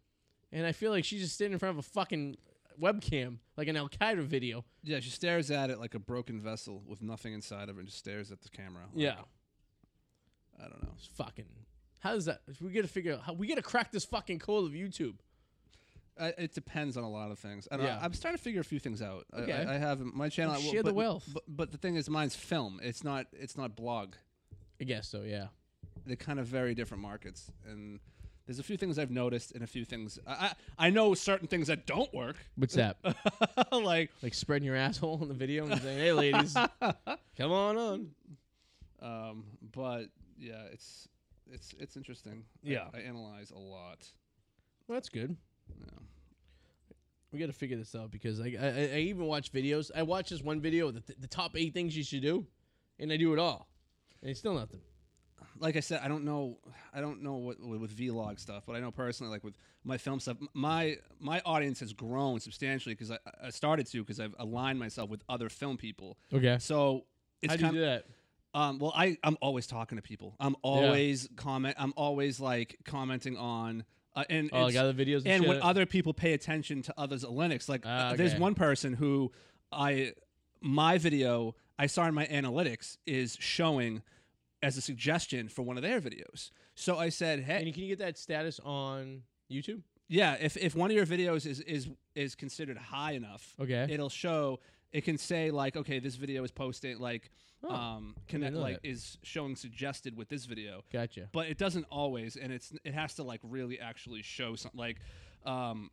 S1: And I feel like she's just standing in front of a fucking webcam, like an Al Qaeda video.
S2: Yeah, she stares at it like a broken vessel with nothing inside of it and just stares at the camera. like,
S1: Yeah.
S2: I don't know.
S1: It's fucking. How does that? We gotta figure out. How, we gotta crack this fucking code of YouTube.
S2: I, it depends on a lot of things. I don't
S1: Yeah.
S2: know. I'm starting to figure a few things out. I-
S1: Okay.
S2: I, I have my channel.
S1: Well,
S2: I-
S1: share the
S2: but-
S1: wealth.
S2: But, but the thing is, mine's film. It's not. It's not blog.
S1: I guess so. Yeah.
S2: They're kind of very different markets. And there's a few things I've noticed, and a few things I I, I know certain things that don't work.
S1: What's that?
S2: like
S1: like spreading your asshole in the video and saying, "Hey, ladies, come on on."
S2: Um, but yeah, it's it's it's interesting. I-
S1: Yeah.
S2: I, analyze a lot.
S1: Well, that's good.
S2: Yeah.
S1: We gotta figure this out because I, I I even watch videos. I watch this one video, the, the top eight things you should do, and I do it all, and it's still nothing.
S2: Like I said, I don't know, I don't know what with, with vlog stuff, but I know personally, like with my film stuff, m- my my audience has grown substantially because I, I started to because I've aligned myself with other film people.
S1: Okay.
S2: So it's
S1: How do you
S2: kind
S1: do that?
S2: Um, well, I I'm always talking to people. I'm always comment. I'm always like commenting on. Uh, and
S1: Oh, like
S2: it's-
S1: other videos and,
S2: and when
S1: shit?
S2: other people pay attention to others at Linux, like
S1: Ah,
S2: uh, there's
S1: okay.
S2: one person who I my video I saw in my analytics is showing as a suggestion for one of their videos. So I said, hey,
S1: and you- can you get that status on YouTube?
S2: yeah, if, if one of your videos is is is considered high enough,
S1: Okay.
S2: it'll show. It can say like, okay, this video is posting like,
S1: Oh,
S2: um, connect
S1: know
S2: like
S1: that.
S2: is showing suggested with this video
S1: Gotcha.
S2: but it doesn't always and it's it has to like really actually show something like um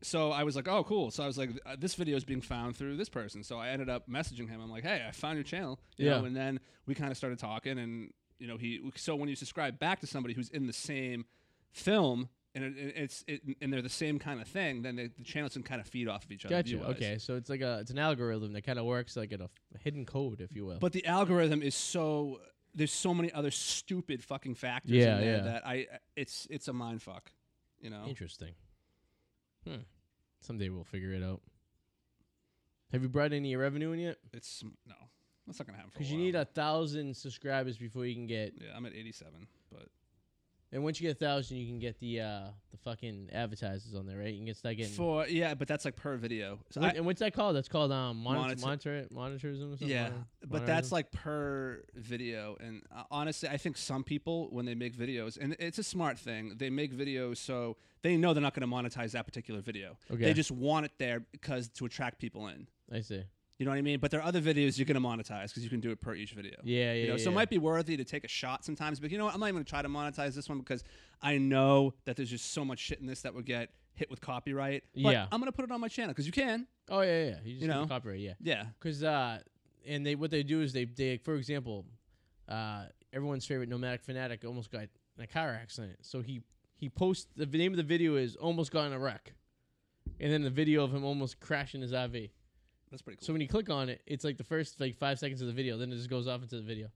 S2: so i was like oh cool so i was like uh, this video is being found through this person so i ended up messaging him i'm like hey i found your channel you
S1: Yeah.
S2: know, and then we kind of started talking and you know he so when you subscribe back to somebody who's in the same film and it, it- it's it, and they're the same kind of thing then they, the channels can kind of feed off of each other
S1: Gotcha.
S2: view-wise.
S1: Okay, so it's like a it's an algorithm that kind of works like in a, f- hidden code, if you will.
S2: But the algorithm is so there's so many other stupid fucking factors
S1: Yeah,
S2: in there
S1: yeah.
S2: that I it's it's a mind fuck. You know?
S1: interesting. Hmm. Someday we'll figure it out. Have you brought any revenue in yet?
S2: It's no. That's not gonna happen for a
S1: Because you
S2: while.
S1: need a thousand subscribers before you can get,
S2: Yeah, I'm at eighty seven, but
S1: and once you get a thousand, you can get the uh the fucking advertisers on there, right? You can get start getting.
S2: for yeah, but that's like per video. So
S1: What-
S2: I-
S1: and what's that called? That's called um monitor,
S2: Monita-
S1: monitor, monitorism or something.
S2: yeah,
S1: Monitor-
S2: but that's
S1: monitorism?
S2: like per video, and uh, honestly, I think some people when they make videos, and it's a smart thing, they make videos so they know they're not going to monetize that particular video.
S1: Okay.
S2: They just want it there because to attract people in.
S1: I see.
S2: You know what I mean? But there are other videos you're going to monetize because you can do it per each video.
S1: Yeah, yeah,
S2: You know,
S1: yeah.
S2: So it might be worthy to take a shot sometimes, but you know what? I'm not even going to try to monetize this one because I know that there's just so much shit in this that would get hit with copyright. But
S1: Yeah.
S2: I'm going to put it on my channel because you can.
S1: Oh yeah, yeah, yeah. You just
S2: You
S1: get the
S2: know?
S1: copyright, yeah.
S2: Yeah.
S1: Because uh, and they what they do is they they for example, uh, everyone's favorite nomadic fanatic almost got in a car accident. So he he posts the name of the video is almost got in a wreck, and then the video of him almost crashing his RV.
S2: That's pretty cool.
S1: So when you click on it, it's like the first like five seconds of the video. Then it just goes off into the video.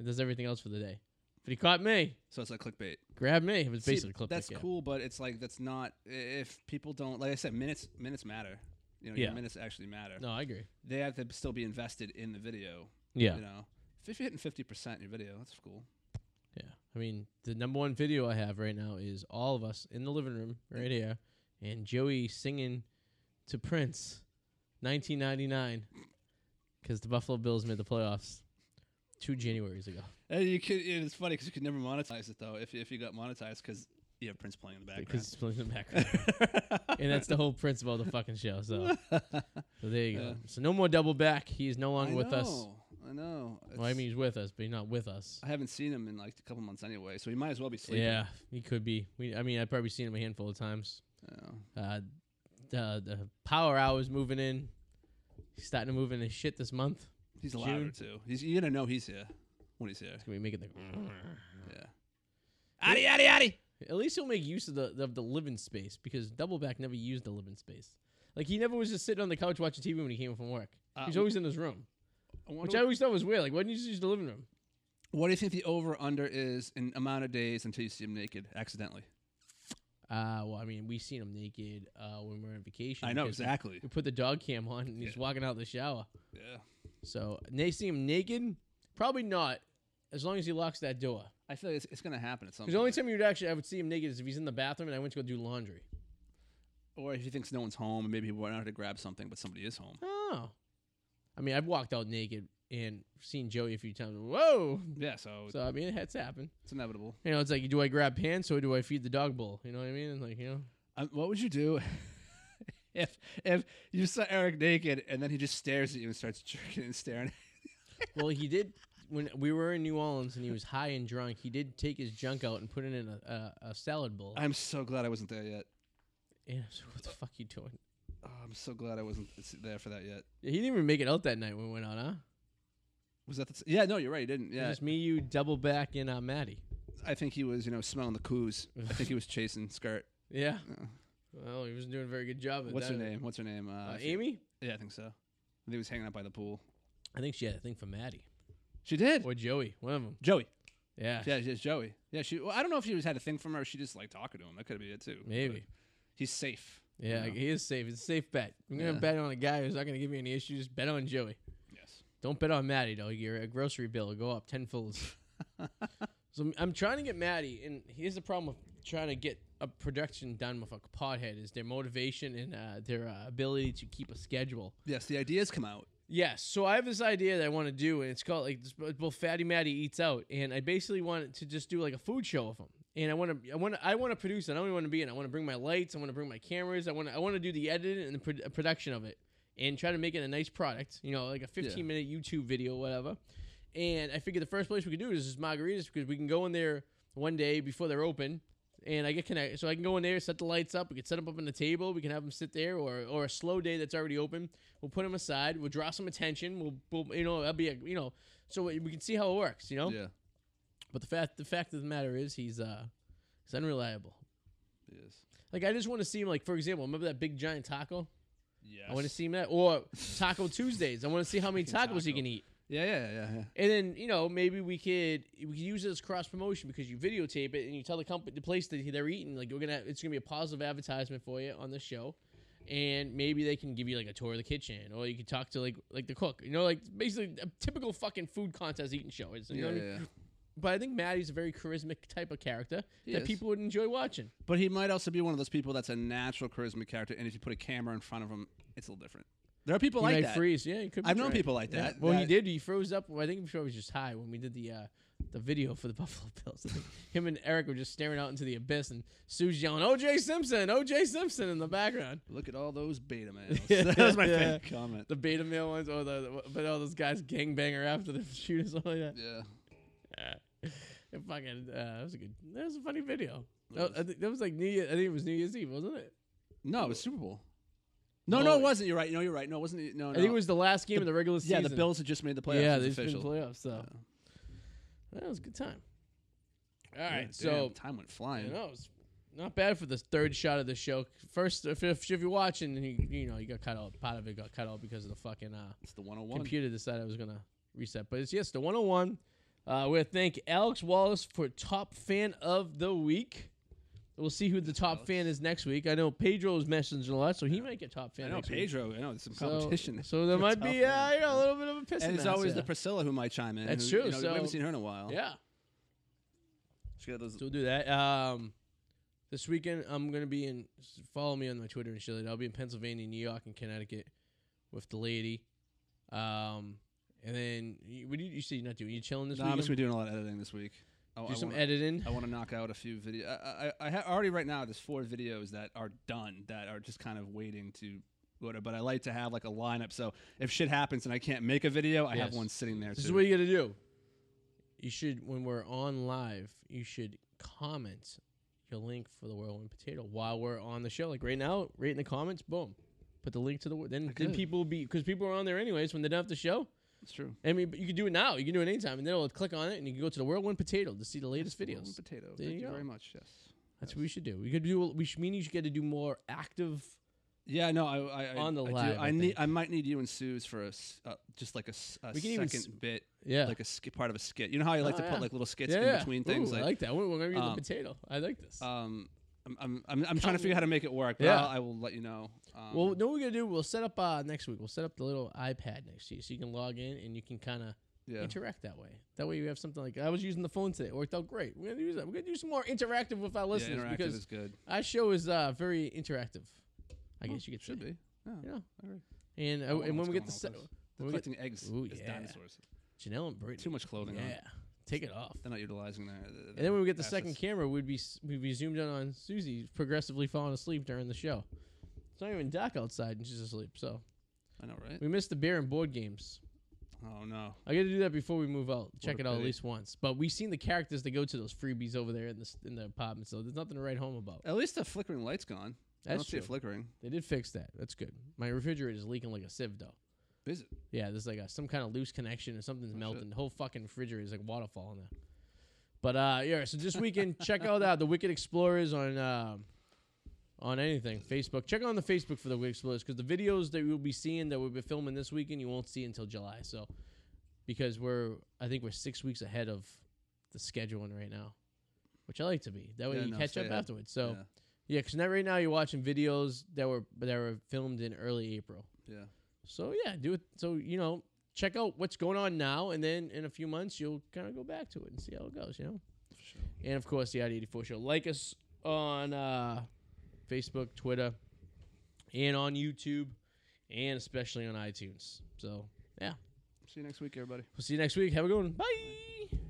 S1: It does everything else for the day. But he caught me.
S2: So it's like clickbait.
S1: Grab me. It was
S2: See,
S1: basically clip
S2: That's
S1: pick, yeah.
S2: cool, but it's like that's not if people don't like I said minutes minutes matter. You know, your
S1: Yeah.
S2: minutes actually matter.
S1: No, I agree.
S2: They have to still be invested in the video.
S1: Yeah.
S2: You know, if you're hitting fifty percent in your video, that's cool.
S1: Yeah. I mean, the number one video I have right now is all of us in the living room right here and Joey singing to Prince 1999 because the Buffalo Bills made the playoffs two Januaries ago.
S2: And Uh, you could. and It's funny because you could never monetize it though. If if you got monetized because you have Prince playing in the
S1: Because
S2: background.
S1: it's playing in the background. and that's the whole principle of the fucking show. So, so there you go.
S2: Yeah.
S1: So no more double back. He is no
S2: I
S1: longer with
S2: know,
S1: us.
S2: I know.
S1: Well, I
S2: It's-
S1: mean, he's with us, but he's not with us.
S2: I haven't seen him in like a couple months anyway, so he might as well be sleeping.
S1: Yeah, he could be. We, I mean, I've probably seen him a handful of times.
S2: Yeah.
S1: Uh, the, the power hour's moving in. He's starting to move in his shit this month.
S2: He's louder
S1: June.
S2: too. He's you gotta know he's here when he's here.
S1: It's gonna be making the.
S2: Yeah. Addy, addy, addy.
S1: At least he'll make use of the of the living space because Doubleback never used the living space. Like he never was just sitting on the couch watching TV when he came home from work.
S2: Uh,
S1: He's always in his room,
S2: I wonder
S1: which I always thought was weird. Like, why didn't you just use the living room?
S2: What do you think the over under is in amount of days until you see him naked accidentally?
S1: Uh, well, I mean, we seen him naked uh, when we were on vacation.
S2: I know
S1: because we-
S2: exactly.
S1: We put the dog cam on and he's
S2: Yeah.
S1: walking out the shower.
S2: Yeah.
S1: So they see him naked? Probably not, as long as he locks that door.
S2: I feel like it's, it's gonna happen at some
S1: 'Cause the only
S2: point.
S1: time you'd actually I would see him naked is if he's in the bathroom and I went to go do laundry.
S2: or if he thinks no one's home and maybe he went out to grab something, but somebody is home.
S1: Oh, I mean, I've walked out naked and seen Joey a few times. Whoa!
S2: Yeah, so,
S1: So I mean, it has happened.
S2: it's inevitable.
S1: You know, it's like, do I grab pants or do I feed the dog bowl? You know what I mean? Like, you know,
S2: Um, what would you do if if you saw Eric naked and then he just stares at you and starts jerking and staring?
S1: well, he did when we were in New Orleans and he was high and drunk. He did take his junk out and put it in a, a, a salad bowl.
S2: I'm so glad I wasn't there yet.
S1: and I was like, what the fuck you doing?
S2: Oh, I'm so glad I wasn't s- there for that yet.
S1: He didn't even make it out that night when we went out, huh?
S2: Was that the, s- yeah? No, you're right. He didn't.
S1: It was
S2: Yeah,
S1: Just me, you, double back, and uh, Maddie.
S2: I think he was you know smelling the coos. I think he was chasing skirt.
S1: Yeah.
S2: Yeah.
S1: Well, he wasn't doing a very good job. At
S2: What's her
S1: that.
S2: name? What's her name?
S1: Uh,
S2: I forget-
S1: Amy.
S2: Yeah, I think so. I think he was hanging out by the pool.
S1: I think she had a thing for Maddie
S2: She did.
S1: or Joey, one of them.
S2: Joey.
S1: Yeah.
S2: Yeah, it's Joey. Yeah, she. Well, I don't know if she was had a thing from her. Or she just like talking to him. That could be it too. but
S1: Maybe.
S2: he's safe.
S1: Yeah,
S2: Yeah.
S1: he is safe. It's a safe bet. I'm gonna
S2: Yeah.
S1: bet on a guy who's not gonna give me any issues. Bet on Joey.
S2: Yes.
S1: Don't bet on Maddie though. Your grocery bill will go up tenfold. so I'm- I'm trying to get Maddie, and here's the problem with trying to get a production done with a pothead is their motivation and uh, their uh, ability to keep a schedule.
S2: Yes, the ideas come out.
S1: Yes. So I have this idea that I want to do, and it's called like it's both Fatty Matty Eats Out, and I basically want to just do like a food show of them. And I want to, I want to, I want to produce it. I don't want to be in. it. I want to bring my lights. I want to bring my cameras. I want to, I want to do the editing and the pro- production of it, and try to make it a nice product. You know, like a 15 minute YouTube video, whatever. And I figure the first place we could do it is just margaritas because we can go in there one day before they're open, and I get connected. So I can go in there, set the lights up. We can set them up on the table. We can have them sit there, or or a slow day that's already open. We'll put them aside. We'll draw some attention. We'll, we'll you know, that'll be a, you know, so we we can see how it works. You know.
S2: Yeah.
S1: But the fact the fact of the matter is he's uh he's unreliable.
S2: Yes.
S1: Like I just want to see him. Like for example, remember that big giant taco?
S2: Yes.
S1: I want to see him that or Taco Tuesdays. I want to see how many tacos
S2: Fucking
S1: he
S2: taco.
S1: can eat.
S2: Yeah, yeah, yeah, yeah.
S1: And then you know maybe we could we could use it as cross promotion because you videotape it and you tell the company the place that they're eating like we're gonna it's gonna be a positive advertisement for you on the show, and maybe they can give you like a tour of the kitchen or you could talk to like like the cook you know like basically a typical fucking food contest eating show is you know
S2: yeah,
S1: what I
S2: yeah,
S1: mean?
S2: yeah.
S1: but I think Maddie's a very charismatic type of character
S2: He
S1: that
S2: is.
S1: people would enjoy watching.
S2: But he might also be one of those people that's a natural charisma character, and if you put a camera in front of him, it's a little different. There are people
S1: He
S2: like
S1: might
S2: that.
S1: freeze. Yeah, he could. be
S2: I've known
S1: right.
S2: people like
S1: Yeah.
S2: that.
S1: Well, he
S2: that-
S1: did. He froze up. Well, I think he was just high when we did the uh, the video for the Buffalo Bills. Him and Eric were just staring out into the abyss, and Sue's yelling, "O.J. Simpson, O.J. Simpson" in the background.
S2: Look at all those beta males. that was my
S1: Yeah.
S2: favorite comment.
S1: The beta male ones, or the but all those guys gangbanger after the shoot or something like that.
S2: Yeah.
S1: It fucking uh, that was a good. That was a funny video. That, I think that was like New Year. I think it was New Year's Eve, wasn't it?
S2: No, it was Super Bowl. No,
S1: No,
S2: no,
S1: it-
S2: it wasn't. You're right. No, you're right. No, it wasn't. it- Oh, No, no.
S1: I think it was the last game of the regular
S2: Yeah,
S1: season.
S2: the Bills had just made the playoffs. it
S1: yeah,
S2: was
S1: they've been
S2: official.
S1: playoffs. So
S2: Yeah.
S1: that was a good time. All
S2: Yeah,
S1: right,
S2: damn,
S1: so
S2: time went flying.
S1: You know, it's not bad for the third shot of the show. First, if, if, if you're watching, and you, you know you got cut off. Part of it got cut off because of the fucking uh,
S2: It's the 101.
S1: computer decided I was gonna reset. But it's yes, the 101. Uh, we thank Alex Wallace for top fan of the week. We'll see who the top
S2: Alex.
S1: fan is next week. I know Pedro's messaging a lot, so he might get top fan.
S2: I know
S1: next week.
S2: Pedro. I know it's some
S1: So-
S2: competition.
S1: So, there
S2: It's
S1: might
S2: tough,
S1: be
S2: man.
S1: uh, you know, a little bit of a piss.
S2: and
S1: in
S2: it's
S1: that,
S2: always
S1: yeah.
S2: the Priscilla who might chime in.
S1: That's
S2: who, You
S1: true,
S2: know, we haven't
S1: so-
S2: seen her in a while.
S1: Yeah.
S2: She got those.
S1: So we'll do that. Um, this weekend I'm gonna be in. s- Follow me on my Twitter and shit. like that. I'll be in Pennsylvania, New York, and Connecticut with the lady. Um, and then you, what do you, you say you're not doing? You chilling this
S2: Nah, I'm
S1: weekend?
S2: just gonna be doing a lot of editing this week. Oh,
S1: do
S2: I
S1: some
S2: wanna,
S1: editing.
S2: I want to knock out a few videos. I, I, I ha- already right now there's four videos that are done that are just kind of waiting to. order, But I like to have like a lineup. So if shit happens and I can't make a video, I have
S1: Yes.
S2: one sitting there.
S1: This is
S2: too.
S1: what you gotta do. You should, when we're on live, you should comment your link for the whirlwind potato while we're on the show. Like right now, right in the comments, boom, put the link to the wh- then. Then
S2: could.
S1: people will be because people are on there anyways when they're done with the show.
S2: it's true.
S1: I mean, but you can do it now. You can do it anytime, and then it'll click on it, and you can go to the Whirlwind Potato to see the latest
S2: Roll
S1: videos.
S2: and Potato.
S1: There
S2: Thank
S1: you
S2: you
S1: go.
S2: very much. Yes.
S1: That's what we should do. We could do. We should, me and you should get to do more active.
S2: Yeah, no, I, I I-
S1: On the
S2: I do.
S1: live,
S2: I,
S1: I
S2: need,
S1: think.
S2: I might need you and Sue's for a s- uh, just like a, s- a
S1: We can even
S2: second
S1: s-
S2: bit,
S1: Yeah,
S2: like a sk- part of a skit. You know how I like
S1: Oh,
S2: to
S1: yeah.
S2: put like little skits
S1: yeah,
S2: in
S1: yeah.
S2: between things.
S1: Ooh,
S2: like,
S1: I like that. We're, we're gonna get
S2: um,
S1: the potato. I like this.
S2: um, I'm I'm I'm, I'm trying to
S1: Come-
S2: figure out how to make it work. But
S1: Yeah.
S2: I'll, I will let you know. Um,
S1: well, no, we're gonna do. We'll set up uh, next week. We'll set up the little iPad next to you, so you can log in and you can kind of
S2: yeah,
S1: interact that way. That way, you have something like I was using the phone today. It worked out great. We're gonna use that. We're gonna do some more interactive with our
S2: yeah,
S1: listeners
S2: interactive
S1: because
S2: is good.
S1: our show is uh, very interactive. I
S2: Well,
S1: guess you could
S2: should
S1: say.
S2: be. Yeah.
S1: Yeah.
S2: I agree.
S1: And uh,
S2: I don't know
S1: and when
S2: what's
S1: we get
S2: going
S1: the
S2: on
S1: set,
S2: with us. They're
S1: when we get
S2: collecting eggs
S1: Ooh,
S2: as
S1: yeah.
S2: dinosaurs.
S1: Janelle and Brady.
S2: Too much clothing
S1: Yeah,
S2: on.
S1: take it off.
S2: They're not utilizing their. their
S1: And then when we get the
S2: assets.
S1: second camera, we'd be s- we'd be zoomed in on Susie progressively falling asleep during the show. It's not even dark outside, and she's asleep. So
S2: I know, right?
S1: we missed the beer and board games.
S2: Oh no.
S1: I got to do that before we move out. Check
S2: a
S1: it out at
S2: pity.
S1: least once. But we've seen the characters that go to those freebies over there in the s- in the apartment, so there's nothing to write home about.
S2: At least the flickering light's gone. I
S1: That's
S2: don't see it
S1: true.
S2: flickering.
S1: They did fix that. That's good. My refrigerator's leaking like a sieve, though.
S2: Is it?
S1: Yeah, there's like a, some kind of loose connection or something's
S2: Oh,
S1: melting.
S2: shit.
S1: The whole fucking refrigerator is like waterfall in there. But uh, yeah, so this weekend, check out uh, the Wicked Explorers on uh, on anything Facebook. Check on the Facebook for the Wicked Explorers because the videos that you'll be seeing that we'll be filming this weekend you won't see until July. So because we're I think we're six weeks ahead of the scheduling right now, which I like to be. That way
S2: Yeah,
S1: you
S2: no,
S1: catch
S2: stay
S1: up
S2: ahead.
S1: afterwards. So yeah, because now right now you're watching videos that were that were filmed in early April.
S2: yeah. yeah.
S1: So yeah, do it. So you know, check out what's going on now, and then in a few months you'll kind of go back to it and see how it goes. You know,
S2: For sure.
S1: and of course the ID eighty four show. Like us on uh, Facebook, Twitter, and on YouTube, and especially on iTunes. So yeah,
S2: See you next week, everybody.
S1: we'll see you next week. Have a good one. Bye.